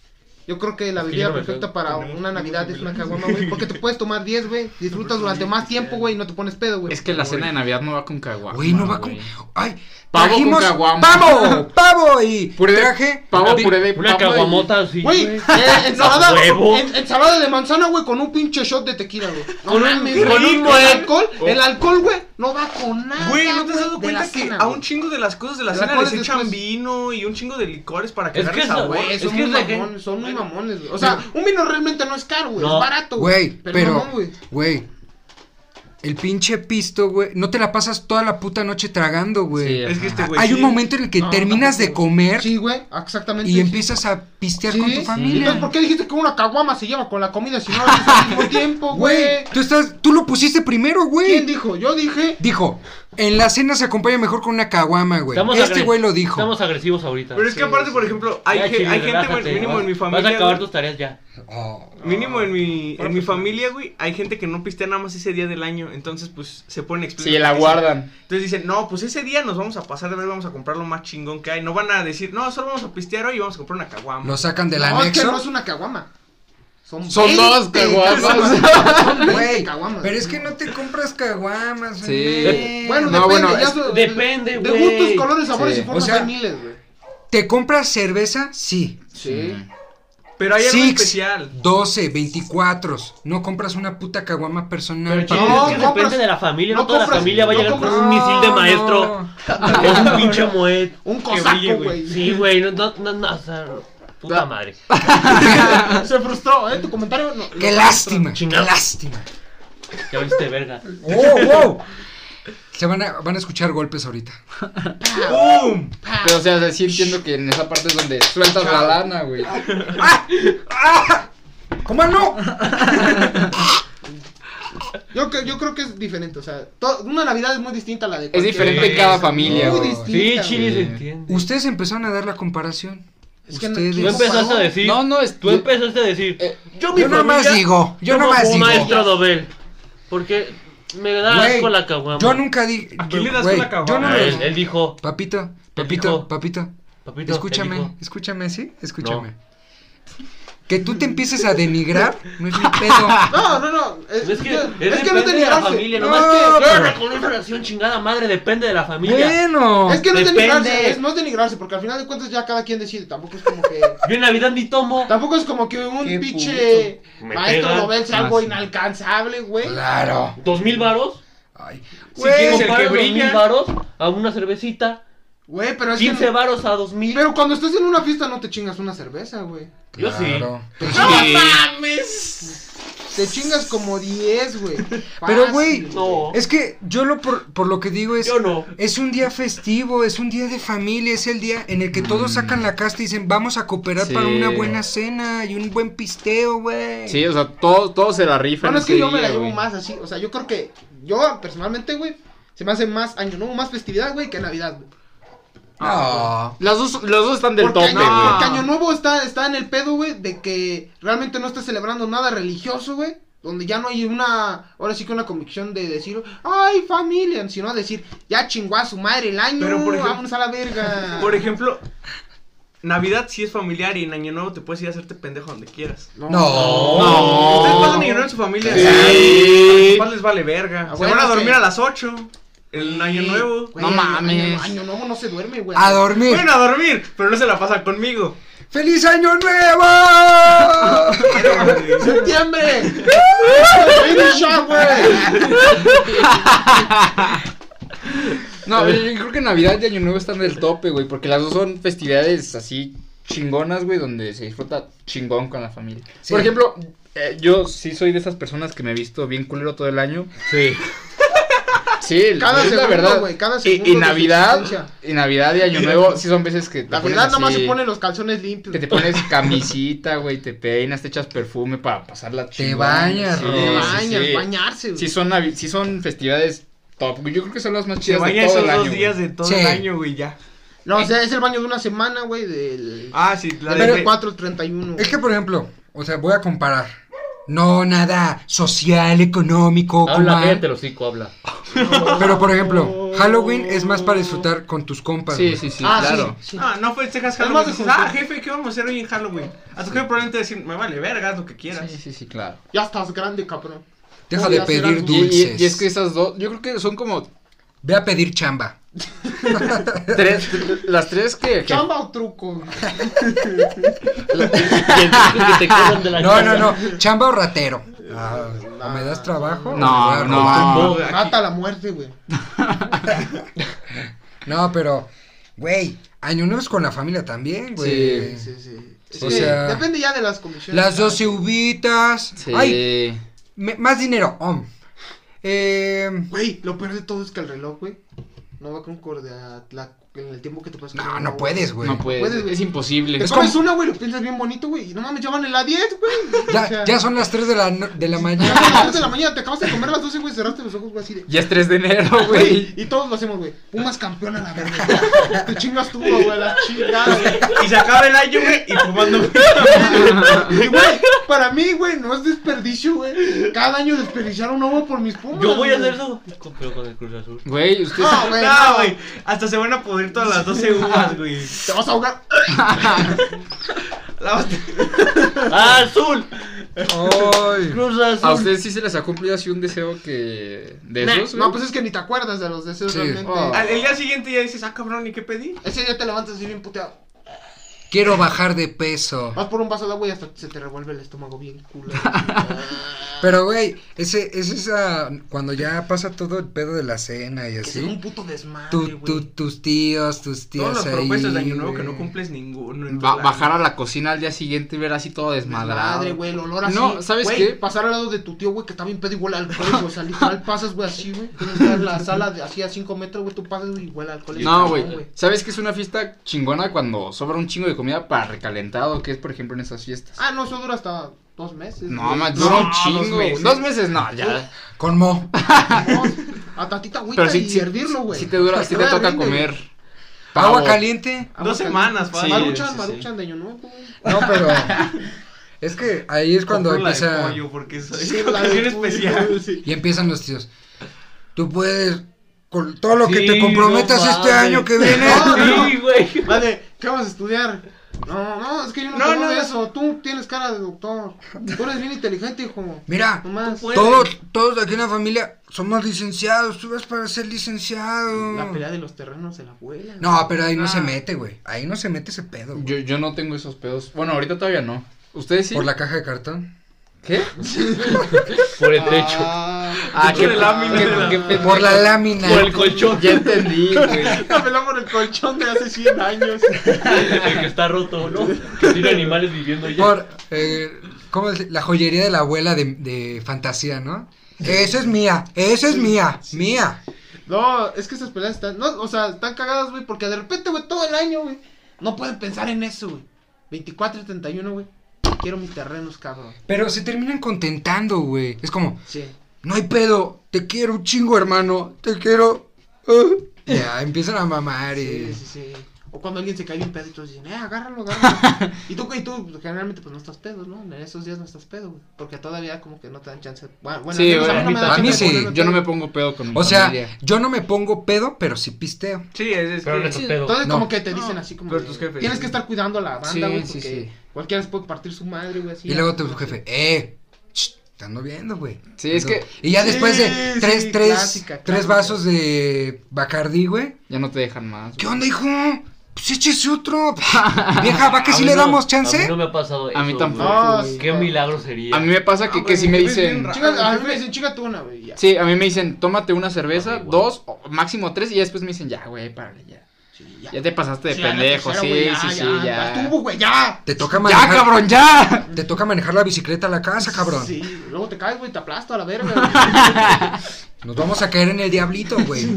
Yo creo que la Es que bebida yo no me perfecta puedo- para tenemos- una tenemos Navidad es una similares. caguama, güey. Porque te puedes tomar 10, güey. pues, Disfrutas durante más tiempo, güey, y no te pones pedo, güey. Es que la cena de Navidad no va con caguama. Güey, no va con. güey. ¡Ay! Pavo con Trajimos. caguama. ¡Pavo! ¡Pavo! Y Puré de- traje. Pavo, pi- puré de Una papa y- caguamota así. Güey, eh, ensalada, A huevo. en- ensalada de manzana, güey, con un pinche shot de tequila, güey. No Con un- mames, qué güey. rico, el eh. alcohol, el alcohol, güey, no va con nada. Güey, ¿no te has güey, dado de la cuenta que cena, a güey? un chingo de las cosas de la Las cena les cuales echan después- vino y un chingo de licores para que Es agarre que esa- sabor? Güey, son Es que muy es la que- mamones, son muy mamones, güey. O sea, un vino realmente no es caro, güey, No. es barato, Güey, pero. mamón, güey. Güey. El pinche pisto, güey. No te la pasas toda la puta noche tragando, güey. Sí, Es que este güey. Ah, Hay sí. un momento en el que No, terminas de tampoco, güey. comer Sí, güey, exactamente. y empiezas a pistear Sí, con sí. tu Entonces, familia. ¿por qué dijiste que una caguama se lleva con la comida si no la haces al mismo tiempo, Güey, güey? tú estás, tú lo pusiste primero, ¿Quién güey. dijo? Yo dije. Dijo, en la cena se acompaña mejor con una caguama, güey. Estamos Este agre- güey lo dijo. Estamos agresivos ahorita. Pero es que aparte, por ejemplo, hay, Ya, ge- chile, hay gente, güey, relájate, mínimo vas- en mi familia. Vas a acabar güey, tus tareas ya. Oh. Mínimo en mi, en mi familia, güey, hay gente que no pistea nada más ese día del año, entonces pues se ponen Sí, explícitos. la guardan. Entonces dicen, no, pues ese día nos vamos a pasar de ver, vamos a comprar lo más chingón que hay. No van a decir, no, solo vamos a pistear hoy y vamos a comprar una caguama. Lo sacan del no, es que no es anexo. una caguama. Son, Son dos 20 caguamas. Son 20 Güey, caguamas. pero es que no te compras caguamas, Sí. güey. Bueno, No, depende, bueno, ya es- so- depende, De güey. gustos, colores, sabores Sí. y formas O sea, hay miles, güey. ¿Te compras cerveza? Sí. Sí. Pero hay algo Six, especial. 12, 24. No compras una puta caguama personal. Pero chile, papá. no, es que compras- depende de la familia. No, no toda la compras- familia va a no llegar con compras- un misil de No, maestro. no. O un pinche moed. Un Que brille, cosaco, güey. güey. Sí, güey, no, no, no, no, o sea, puta Da- madre. Se frustró, ¿eh? Tu comentario. No, Qué no- lástima, qué Chingado. Oh, lástima. Ya valiste verga. ¡Wow, wow! Se van a, van a escuchar golpes ahorita. ¡Pum! Pero, o sea, sí entiendo que en esa parte es donde sueltas Ah. la lana, güey. Ah, ¿Cómo no? Yo, que- yo creo que es diferente, o sea, to- una Navidad es muy distinta a la de Es cualquier diferente en otra. cada Es muy familia, No, güey. dis- Sí, distinta, Chile güey. se entiende. Ustedes empezaron a dar la comparación. Es que no- Ustedes. Tú ¿quién empezaste comparó? a decir. No, no, es- Tú yo- empezaste a decir. eh, yo mi yo nada familia, más digo, yo nada como más un digo. maestro Dobel. Porque me da Güey, asco Ah, la caguama. Yo nunca dije. ¿A quién le das güey, con la caguama? yo no A me- él, él dijo. Papito, papito, dijo. papito, Papito, Escúchame, él dijo, escúchame, ¿sí? Escúchame. Que tú te empieces a denigrar no es mi pedo. No, no, no. Es, Es que, yo- es es que no depende de la denigrarse. familia, No, nomás que pero- claro, con una relación chingada madre, depende de la familia. Bueno. Es que no es Depende. denigrarse, es no es denigrarse, porque al final de cuentas ya cada quien decide, tampoco es como que... Yo en Navidad ni tomo. Tampoco es como que un Qué pinche Me maestro pega. Nobel sea Ah, algo sí. inalcanzable, güey. Claro. ¿Dos mil varos? Ay, Si güey, quieres el Compara que dos mil brilla. varos a una cervecita Güey, pero es que. 15 varos a 2000. Pero cuando estás en una fiesta no te chingas una cerveza, güey. Yo sí. Pero- Sí. Te chingas como 10, güey. Pero, güey, Fácil, No. Es que yo lo por, por lo que digo es... Yo no. Es un día festivo, es un día de familia, es el día en el que todos Mm. sacan la casta y dicen, vamos a cooperar Sí. para una buena cena y un buen pisteo, güey. Sí, o sea, todos todo se la rifan. Bueno, es que ese yo me la día, llevo güey. más así. O sea, yo creo que yo personalmente, güey, se me hace más año nuevo, más festividad, güey, que Navidad, güey. No. Las dos, los dos están del Porque, tope, año, güey. no. porque Año nuevo está, está en el pedo, güey, de que realmente no estás celebrando nada religioso, güey. Donde ya no hay una, ahora sí que una convicción de decir, ay, familia, sino decir, ya chingó a su madre el año, Pero, por ejemplo- vámonos a la verga. Por ejemplo, Navidad sí es familiar y en Año Nuevo te puedes ir a hacerte pendejo donde quieras. No. No. Ustedes pasan Año Nuevo en su familia. Sí. A sus papás les vale verga. Ah, Se bueno, van a dormir sí. a las 8. El Año Nuevo. Güey, No año- mames. Año, año nuevo no se duerme, güey. Ah. A dormir. Bueno, a dormir, pero no se la pasa conmigo. ¡Feliz Año ¡Ah! Nuevo! ¡Septiembre! ¡Baby shower! No, yo, yo creo que Navidad y Año Nuevo están del tope, güey, porque las dos son festividades así chingonas, güey, donde se disfruta chingón con la familia. Sí. Por ejemplo, eh, yo sí soy de esas personas que me he visto bien culero todo el año. Sí. Sí, Cada es la segundo, verdad. güey, cada Y- segundo y, de Navidad, existencia. y Navidad y Año Nuevo sí son veces que te La pones verdad, nomás así, se ponen los calzones limpios. que te pones camisita, güey, te peinas, te echas perfume para pasarla chingón. bañas, sí, Ro. Te sí, bañas, sí. bañarse, güey. Sí son, navi- sí son festividades top, güey. Yo creo que son las más Se chidas baña de todo esos el año. dos días güey. de todo Sí. el año, güey, ya. No, Eh. o sea, es el baño de una semana, güey, del... Ah, sí, la del de. 431. Es que, por ejemplo, o sea, voy a comparar. No, nada social, económico, Habla, comal. cállate el hocico, habla. Pero, por ejemplo, Halloween es más para disfrutar con tus compas. Sí, güey. sí, sí, Ah, claro. sí, sí. Ah, no festejas más Halloween. de dices, juntar. ah, jefe, ¿qué vamos a hacer hoy en Halloween? A tu jefe probablemente decir, me vale verga, haz lo que quieras. Sí, sí, sí, claro. Ya estás grande, cabrón. Deja Voy de a hacer pedir Y, algo. y- dulces. y es que esas dos, yo creo que son como Ve a pedir chamba. tres, las tres que... que- ¿Chamba o truco? Y el truco que te cobran de la No, no, casa. no. Chamba o ratero. Ah, ¿O me das trabajo? o No, me voy a no. robar? Tumbó, aquí. Mata la muerte, güey. No, pero, güey, año nuevo es con la familia también, güey. Sí, Sí, sí. O O sea... sea- Depende ya de las comisiones. Las 12 uvitas. Sí. Ay, me- más dinero. om. Eh, Güey, lo peor de todo es que el reloj, güey, no va concorde a la... en el tiempo que te pasas. no, no puedes, güey. no puedes, Puedes, güey. es imposible. Te Es comes como- una, güey, lo piensas bien bonito, güey. Y no mames, ya van en la 10, güey. O Ya, sea, ya son las 3 de la, no- de la ya son las 2 mañana. de la mañana, te acabas de comer a las 12, güey, cerraste los ojos, güey, así de. Ya es 3 de enero, Güey, güey. y todos lo hacemos, güey. Pumas campeón a la verga. Te chingas tú, güey, a la chingada, güey. Y se acaba el año, güey, y fumando. Y, güey, para mí, güey, no es desperdicio, güey. Cada año desperdiciar un ovo por mis pumas. Yo voy a güey. hacer eso. Pero con el Cruz Azul. Güey, usted... No, güey, No, no. güey. Hasta se van a pudrir todas las 12 uvas, güey. Te vas a ahogar. La- Ah, ¡Azul! Ay. Cruz Azul. A ustedes sí se les ha cumplido así un deseo que... De Nah, esos, güey. no, pues es que ni te acuerdas de los deseos Sí. realmente. Oh. Al- El día siguiente ya dices, ah, cabrón, ¿y qué pedí? Ese día te levantas así bien puteado. Quiero bajar de peso. Vas por un vaso de agua y hasta se te revuelve el estómago bien culo. Pero, güey, ese, es esa. Cuando ya pasa todo el pedo de la cena y que se ve un así. puto desmadre, Tu- güey. tu- tus tíos, tus tías. Todas las ahí, propuestas de año nuevo que no güey. cumples ninguno. en Ba- todo el bajar a año. la cocina al día siguiente y ver así todo desmadrado. Madre, güey, el olor así. No, ¿sabes güey, qué? Pasar al lado de tu tío, güey, que está bien pedo y huele a alcohol, güey. O sea, literal pasas, güey, así, güey. Tienes que ir a la sala de así a 5 metros, güey, tú pasas güey, y huele a alcohol. No, güey. ¿Sabes que es una fiesta chingona cuando sobra un chingo de comida para recalentado? Que es, por ejemplo, en esas fiestas. Ah, no, eso dura hasta dos meses. No, güey. más no, dura un dos chingo. güey. meses. Dos meses, no, ya. Con mo. No, A tantita agüita Pero sí, y sí, hervirlo, güey. sí te dura, sí te Todavía toca rinde, güey. comer. Agua Pavo. caliente. Agua Dos caliente. semanas, Sí, maruchan, sí, maruchan de año nuevo, güey. No, pero. Es que ahí es cuando Compro la de empieza. pollo, porque es, es Sí, la de ocasión pollo, especial. güey, sí. Y empiezan los tíos. Tú puedes. Con todo lo que Sí, te comprometas no este mames. año que viene. Sí, güey. La de, ¿qué vas a estudiar? No, no, es que yo no, No, tengo no, de no. eso. Tú tienes cara de doctor. Tú eres bien inteligente, hijo. Mira, Nomás. puedes. todos, todos de aquí en la familia somos licenciados. Tú vas para ser licenciado. La pelea de los terrenos de la abuela. No, pero ahí no Ah. se mete, güey. Ahí no se mete ese pedo. güey. Yo, yo no tengo esos pedos. Bueno, ahorita todavía no. ¿Ustedes sí? Por la caja de cartón. ¿Qué? Por el techo. Ah, qué Por la lámina qué- de la- qué pendejo. Por la lámina. Por el colchón. Ya entendí, güey. Me por el colchón de hace 100 años. El que está roto, ¿no? Que tiene animales viviendo ya. Por, eh, ¿cómo es? La joyería de la abuela de, de fantasía, ¿no? Eso es mía, eso es mía, mía. No, es que esas peleas están. No, o sea, están cagadas, güey, porque de repente, güey, todo el año, güey. No pueden pensar en eso, güey. 24 y 31, güey. Quiero mis terrenos, cabrón. Pero se terminan contentando, güey. Es como, Sí. no hay pedo, te quiero un chingo, hermano, te quiero. ah". Ya, empiezan a mamar Sí, y... sí, sí. O cuando alguien se cae bien pedo y todos dicen, eh, agárralo, agárralo. y tú, y tú, generalmente, pues no estás pedo, ¿no? En esos días no estás pedo, güey. Porque todavía como que no te dan chance. Bueno, bueno, Sí, al menos güey, a mí no me da también. chance de A mí sí, ponerme Yo no pedo. me pongo pedo con mi O sea, familia. yo no me pongo pedo, pero sí pisteo. Sí, es, es Pero no que- es sí, pedo. Entonces No. como que te dicen así como Pero de, tus jefes. Tienes que estar cuidando a la banda, Sí, güey, sí, porque sí. cualquiera les puede partir su madre, güey, así. Y luego tu jefe, eh, ch, te ando viendo, güey. Sí, es que- Y ya Sí, después de sí, tres, tres, clásica, tres clásica. vasos de Bacardi, güey. Ya no te dejan más. ¿Qué güey. onda, hijo? Pues échese otro. Vieja, ¿va que A si mí le no- damos A chance? mí no me ha pasado eso. A mí tampoco. güey. No, güey. sí. Qué milagro sería. A mí me pasa que, Ah, que güey, si me es bien dicen. raro. Chica, a mí me dicen, chica tú una, güey, ya. Sí, a mí me dicen, tómate una cerveza, Ah, igual. dos, o máximo tres, y ya después me dicen, ya, güey, párale, ya. Sí, Ya te pasaste de Sí, ya, la pendejo, tercera, sí, güey, sí, sí, ya. Ya estuvo, güey, ya. Te toca ¡Ya, manejar. cabrón, ya! Te toca manejar la bicicleta a la casa, cabrón. Sí, luego te caes, güey, te aplasto a la verga. güey. Nos vamos a caer en el diablito, güey.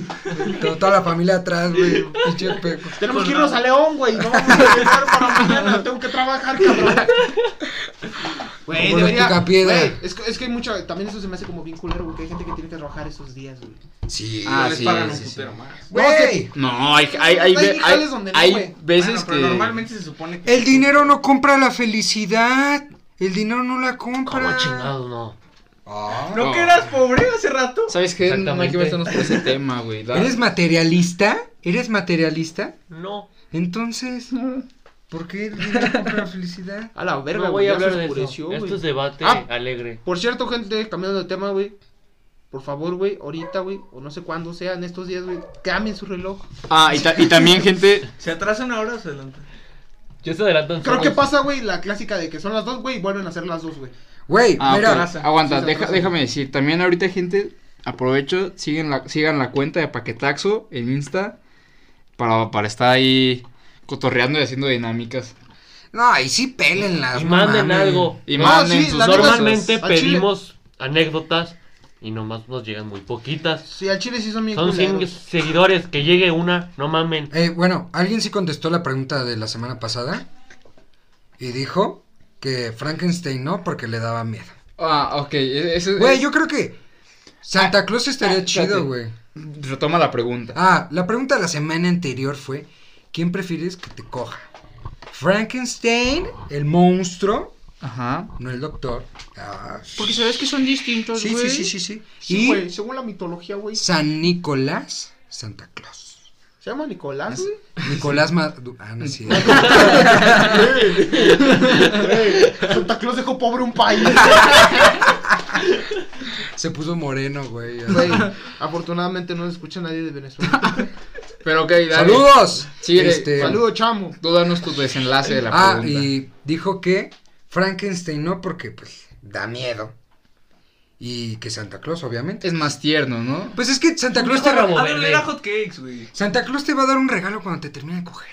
Todo- Toda la familia atrás, güey. Pinche peco. Tenemos que irnos a León, güey. Pues No vamos a regresar para mañana, tengo que trabajar, cabrón. Güey, Como los debería, picapiedra. güey, es, que- es que hay mucha, también eso se me hace como bien culero, güey, que hay gente que tiene que trabajar esos días, güey. Sí. Ah, les sí, pagan un sí, sí. putero más. Güey, No, se- No, hay, hay, hay, Hay ve- hay, jales donde no, hay güey. veces Bueno, pero Pues que. normalmente se supone que... el dinero no compra la felicidad. El dinero no la compra. Como chingados, no. Ah. ¿No que eras pobre hace rato? ¿Sabes qué? No hay que Exactamente. meternos por ese tema, güey. la- ¿Eres materialista? ¿Eres materialista? No. Entonces, ¿por qué el dinero compra la felicidad? A la verga, no güey, voy ya a se hablar de oscureció, eso. güey. Esto es debate Ah. alegre. Por cierto, gente, cambiando de tema, güey. Por favor, güey, ahorita, güey, o no sé cuándo sean estos días, güey, cambien su reloj. Ah, y, ta- y también, gente. ¿Se atrasa una hora o se adelanta? Yo estoy adelantando. Creo que pasa, güey, la clásica de que son las dos, güey, y vuelven a ser las dos, güey. Güey, Ah, mira. ok, Aguanta, Sí, se deja- atrasa. déjame decir. También, ahorita, gente, aprovecho, sigan la, sigan la cuenta de Paquetaxo en Insta para, para estar ahí cotorreando y haciendo dinámicas. No, y sí pélenlas. Y no manden mamen. algo. Pues, Y No, manden sí, sus la neta, cosas. Normalmente Al chile. pedimos anécdotas y nomás nos llegan muy poquitas. Sí, al chile sí son bien Son 100 culeros. seguidores, que llegue una, no mamen. Eh, bueno, alguien sí contestó la pregunta de la semana pasada y dijo que Frankenstein no porque le daba miedo. Ah, ok. e- Eso, Güey, es- yo creo que Santa Claus estaría ah, chido, espérate. güey. Retoma la pregunta. Ah, la pregunta de la semana anterior fue, ¿quién prefieres que te coja? Frankenstein, el monstruo, Ajá. no el doctor. Ah, Porque sabes que son distintos, sí, sí, sí, sí, sí. Sí, y güey, según la mitología, güey. San Nicolás, Santa Claus. Se llama Nicolás, güey. Nicolás Maduro. Ah, no es cierto. Güey, Santa Claus dejó pobre un país, Se puso moreno, güey. güey. Afortunadamente no se escucha nadie de Venezuela. Pero ok, dale. Saludos. Sí, de- Este, Saludo, chamo. Tú danos tu desenlace de la Ah, pregunta. y dijo que Frankenstein no porque pues da miedo. Y que Santa Claus, obviamente. Es más tierno, ¿no? Pues es que Santa Claus te Mejor va, ramo. A ver, verde. era hot cakes, güey. Santa Claus te va a dar un regalo cuando te termine de coger.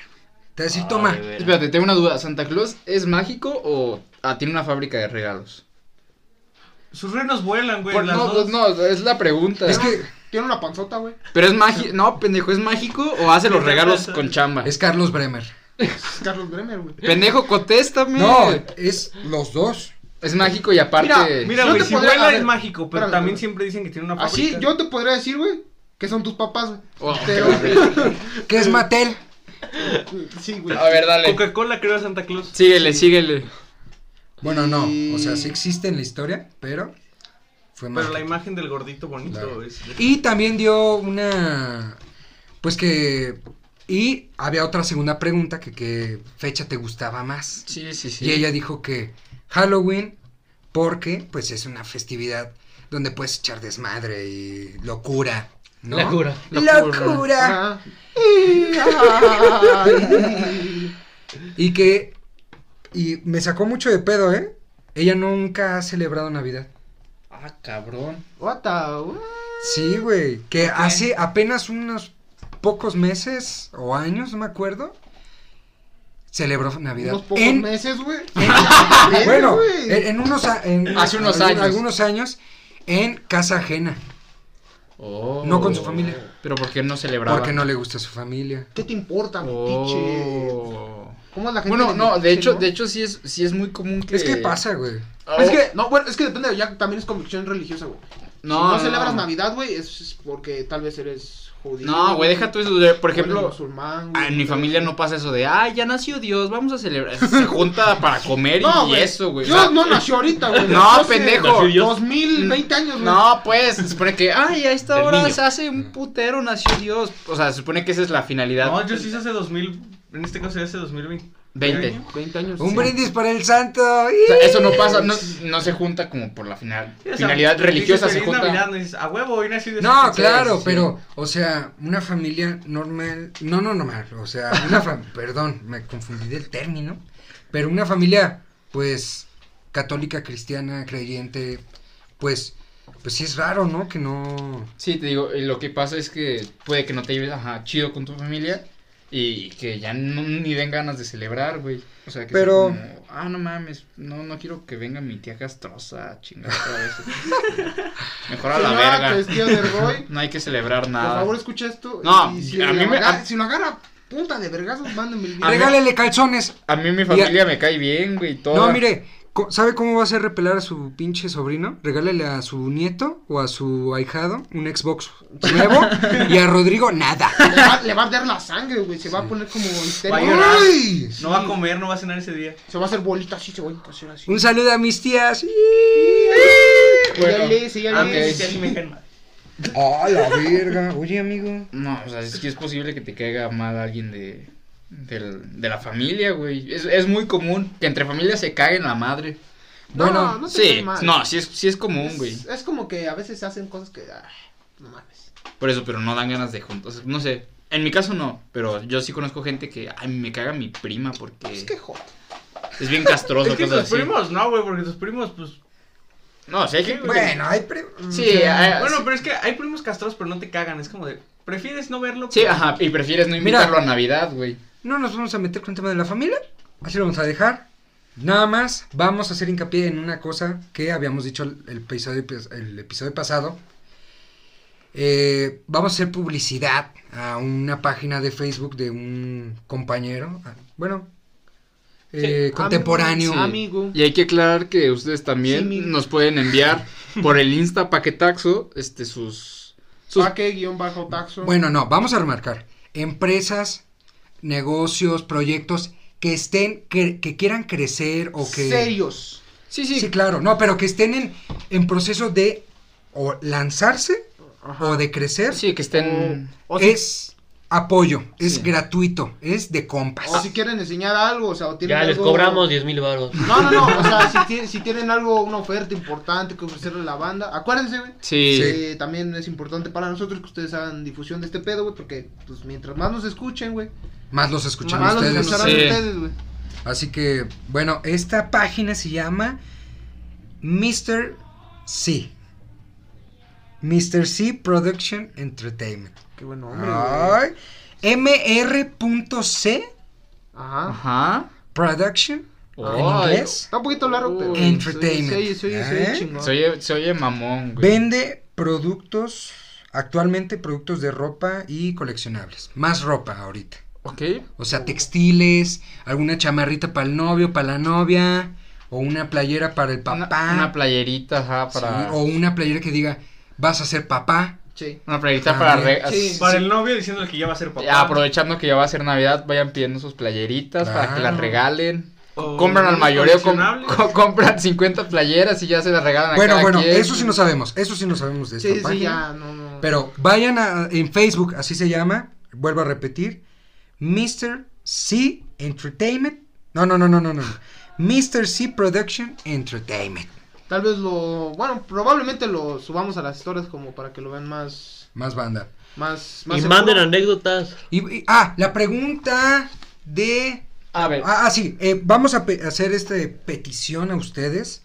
Te va a decir, Ah, toma. de veras. Espérate, tengo una duda. ¿Santa Claus es mágico o ah, tiene una fábrica de regalos? Sus renos vuelan, güey, Por- las no, dos. no, es la pregunta. Es que Tiene una panzota, güey. Pero es mágico. No, pendejo, ¿es mágico o hace los regalos con chamba? es Carlos Bremer. Es Carlos Bremer, güey. Pendejo, contéstame. No, es los dos. Es mágico y aparte. Mira, Yo güey, te si podría- a vuela ver, es mágico, pero espérame, también espérame. siempre dicen que tiene una Así fábrica. yo te podría decir, güey, que son tus papás, güey. Oh, Pero, Que es Mattel. sí, güey. A ver, dale. Coca-Cola creó a Santa Claus. Síguele, síguele. Bueno, no. O sea, sí existe en la historia, pero fue Pero la mágico. imagen del gordito bonito Claro. es... Y también dio una. Pues que. Y había otra segunda pregunta que qué fecha te gustaba más. Sí, sí, sí. Y ella dijo que Halloween, porque pues es una festividad donde puedes echar desmadre y locura. ¿no? Locura, Locura. Ah. Y que. Y me sacó mucho de pedo, ¿eh? Ella nunca ha celebrado Navidad. Ah, cabrón. What the what? Sí, güey. Que hace apenas unos pocos meses o años, no me acuerdo, celebró Navidad. Unos pocos en, meses, güey. en- bueno, güey. en, en unos a- en- Hace unos algún- años. algunos años en casa ajena, Oh. no con su familia, Pero ¿por qué no celebraba? porque no le gusta su familia. ¿Qué te importa, Ah, pinche? Oh. ¿Cómo es la gente? Bueno, le- no, de pinche, hecho, no? de hecho sí es, sí es muy común que... Es que pasa, güey. Oh. Es que, no, bueno, es que depende, ya también es convicción religiosa, güey. No, si no, celebras Navidad, güey, es porque tal vez eres judío. No, güey, deja tú eso. de- Por o eres ejemplo, musulmán, güey, en mi tal familia vez. no pasa eso de, ah, ya nació Dios, vamos a celebrar. Se junta para comer y, No, y güey. eso, güey. Dios no nació ahorita, güey. No, Nació hace pendejo. Nació Dios. 2020 años, güey. No, pues, se supone que, ay, a esta Del hora niño. se hace un putero, nació Dios. O sea, se supone que esa es la finalidad. No, yo sí hice hace 2000. En este caso, ya hace 2020. 20. año. 20 Pues años. Un sí. brindis para el santo. O sea, eso no pasa, no, no se junta como por la final, Sí, o sea, finalidad dices, religiosa, se "Feliz junta. Navidad", no dices, a huevo, hoy nací de No, Sí, claro, sí. pero, o sea, una familia normal, no, no normal, o sea, una fam- perdón, me confundí del término, pero una familia, pues, católica, cristiana, creyente, pues, pues sí es raro, ¿no? Que no... Sí, te digo, y lo que pasa es que puede que no te lleves, ajá, chido con tu familia y que ya no, ni den ganas de celebrar, güey. O sea, que sea Pero- como, ah, no mames, no, no quiero que venga mi tía castrosa, chingada otra vez. Mejor a la Señora, que verga. es pues, tío de Roy. No hay que celebrar Por nada. favor, escucha esto. No, y si, a lo mí me- agarra, a- si lo agarra punta de vergazos, mándame el video. Regálele calzones. A mí mi familia me cae bien, güey, todo. No, mire, co- ¿sabe cómo va a hacer repelar a su pinche sobrino? Regálele a su nieto o a su ahijado un Xbox nuevo y a Rodrigo nada. Le va, le va a dar la sangre, güey. Se va a poner como histérico. Va a llorar. ¡Ay! No va a comer, no va a cenar ese día. Se va a hacer bolita así, se va a hacer así. Un saludo a mis tías. Bueno, ya lee, sí, ya Ah, lee. sí, sí, me caen mal. Ah, la verga. Oye, amigo. No, o sea, es que es posible que te caiga mal alguien de, del- de la familia, güey. Es, es muy común que entre familias se caguen la madre. No, Bueno, no, no te sí, cae mal. no, sí es, sí es común, güey. Es, es como que a veces se hacen cosas que. ah, no mames. Por eso, pero no dan ganas de juntos. No sé. En mi caso no, pero yo sí conozco gente que, ay, me caga mi prima porque Es que joder. es bien castroso, Es que cosas tus así. primos, no, güey, porque tus primos, pues. No, o sea, hay que... Bueno, hay pre- mm, Sí, hay- Bueno, sí, pero es que hay primos castrados, pero no te cagan. Es como de. Prefieres no verlo. sí, pero- ajá, y prefieres no Mira. invitarlo a Navidad, güey. No nos vamos a meter con el tema de la familia. Así lo vamos a dejar. Nada más vamos a hacer hincapié en una cosa que habíamos dicho el, el episodio, pues, el episodio pasado. Eh, vamos a hacer publicidad a una página de Facebook de un compañero, ah, bueno, eh, contemporáneo. Sí. Amigo. Y hay que aclarar que ustedes también Sí, mi- nos pueden enviar por el Insta Paquetaxo este, sus... sus Paque guión bajo taxo. Bueno, no, vamos a remarcar. Empresas, negocios, proyectos que estén, que, que quieran crecer o que... Serios. sí, sí, Sí, claro, no, pero que estén en, en proceso de o lanzarse o de crecer. sí, que estén... Oh. O, o si, es apoyo, es Sí. gratuito, es de compas. Ah. o si quieren enseñar algo, o sea, o tienen Ya les algo- cobramos 10 mil baros. No, no, no, o sea, si, tie- si tienen algo, una oferta importante que ofrecerle a la banda, acuérdense, güey. Sí, que Eh, también es importante para nosotros que ustedes hagan difusión de este pedo, güey, porque pues mientras más nos escuchen, güey, Más los escuchan más nos ustedes. escucharán Sí. ustedes, güey. Así que, bueno, esta página se llama Mr. C. Mr. C Production Entertainment. Qué buen nombre, güey. Ay. Mr.C Ajá. Ajá. Production en Ay, inglés. Está un poquito largo, pero Uy. Entertainment. Se oye, se oye, se oye ¿Eh? chingón. Se oye, se oye mamón, güey. Vende productos, actualmente productos de ropa y coleccionables. Más ropa ahorita. Ok. O Oh. sea, textiles, alguna chamarrita para el novio, para la novia, o una playera para el Una, papá. una playerita, ajá, Sí, para... o una playera que diga, vas a ser papá. Sí. Una playerita para... También. re- Sí. Para el novio diciéndole que ya va a ser papá. Ya, aprovechando que ya va a ser Navidad, vayan pidiendo sus playeritas para que las Claro. Oh, regalen. O compran al mayoreo, com- coleccionables. co- compran 50 playeras y ya se las regalan a bueno, cada bueno, quien. eso sí no sabemos, eso sí no sabemos de esta Sí, sí, página. ya, no, no. Pero vayan a, en Facebook, así se llama, vuelvo a repetir, Mr. C Entertainment. No, no, no, no, no, no. Mr. C Production Entertainment. Tal vez lo, bueno, probablemente lo subamos a las historias como para que lo vean más Más banda. más más Y seguro. manden anécdotas. Y, y- ah, la pregunta de A ver. Ah, ah, sí, eh, vamos a pe- hacer esta petición a ustedes.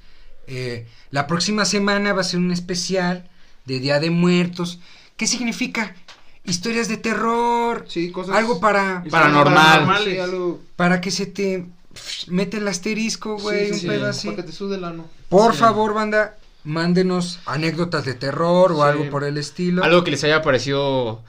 Eh, la próxima semana va a ser un especial de Día de Muertos. ¿Qué significa? Historias de terror. Sí, cosas. Algo para, Paranormal. Sí, algo. para que se te pf, mete el asterisco, güey, sí, un sí, pedo sí, así. Para que te sude el ano. Por Sí. favor, banda, mándenos anécdotas de terror o Sí. algo por el estilo. Algo que les haya parecido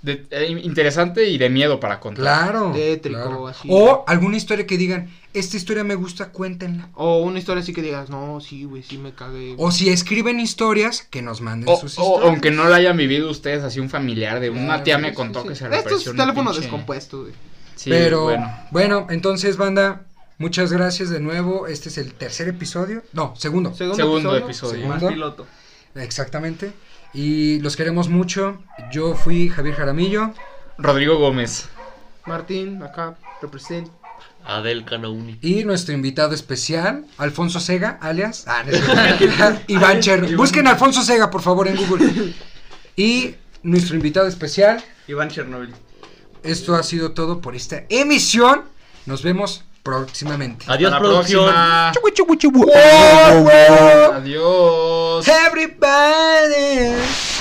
de- eh, interesante y de miedo para contar. Claro. Tétrico, claro. así. O alguna historia que digan, esta historia me gusta, cuéntenla. O una historia así que digas, no, sí, güey, sí me cagué. O si escriben historias, que nos manden O, sus o historias. aunque no la hayan vivido ustedes, así un familiar de una Claro, tía me sí, contó que se le Estos apareció una teléfonos pinche- descompuestos, güey. Sí, Pero bueno. bueno. entonces, banda, muchas gracias de nuevo. Este es el tercer episodio. No, segundo. Segundo, Segundo episodio. episodio. Sí. Más ¿Segundo? piloto. Exactamente. Y los queremos mucho. Yo fui Javier Jaramillo. Rodrigo Gómez. Martín, acá, represent. Adel Canauni. Y nuestro invitado especial, Alfonso Sega, alias ah, no es cierto. Iván Cherno. Busquen a Alfonso Sega, por favor, en Google. Y nuestro invitado especial, Iván Chernobyl. esto ha sido todo por esta emisión. Nos vemos próximamente. Adiós, Hasta la producción. próxima. Wow, wow. Adiós. Everybody.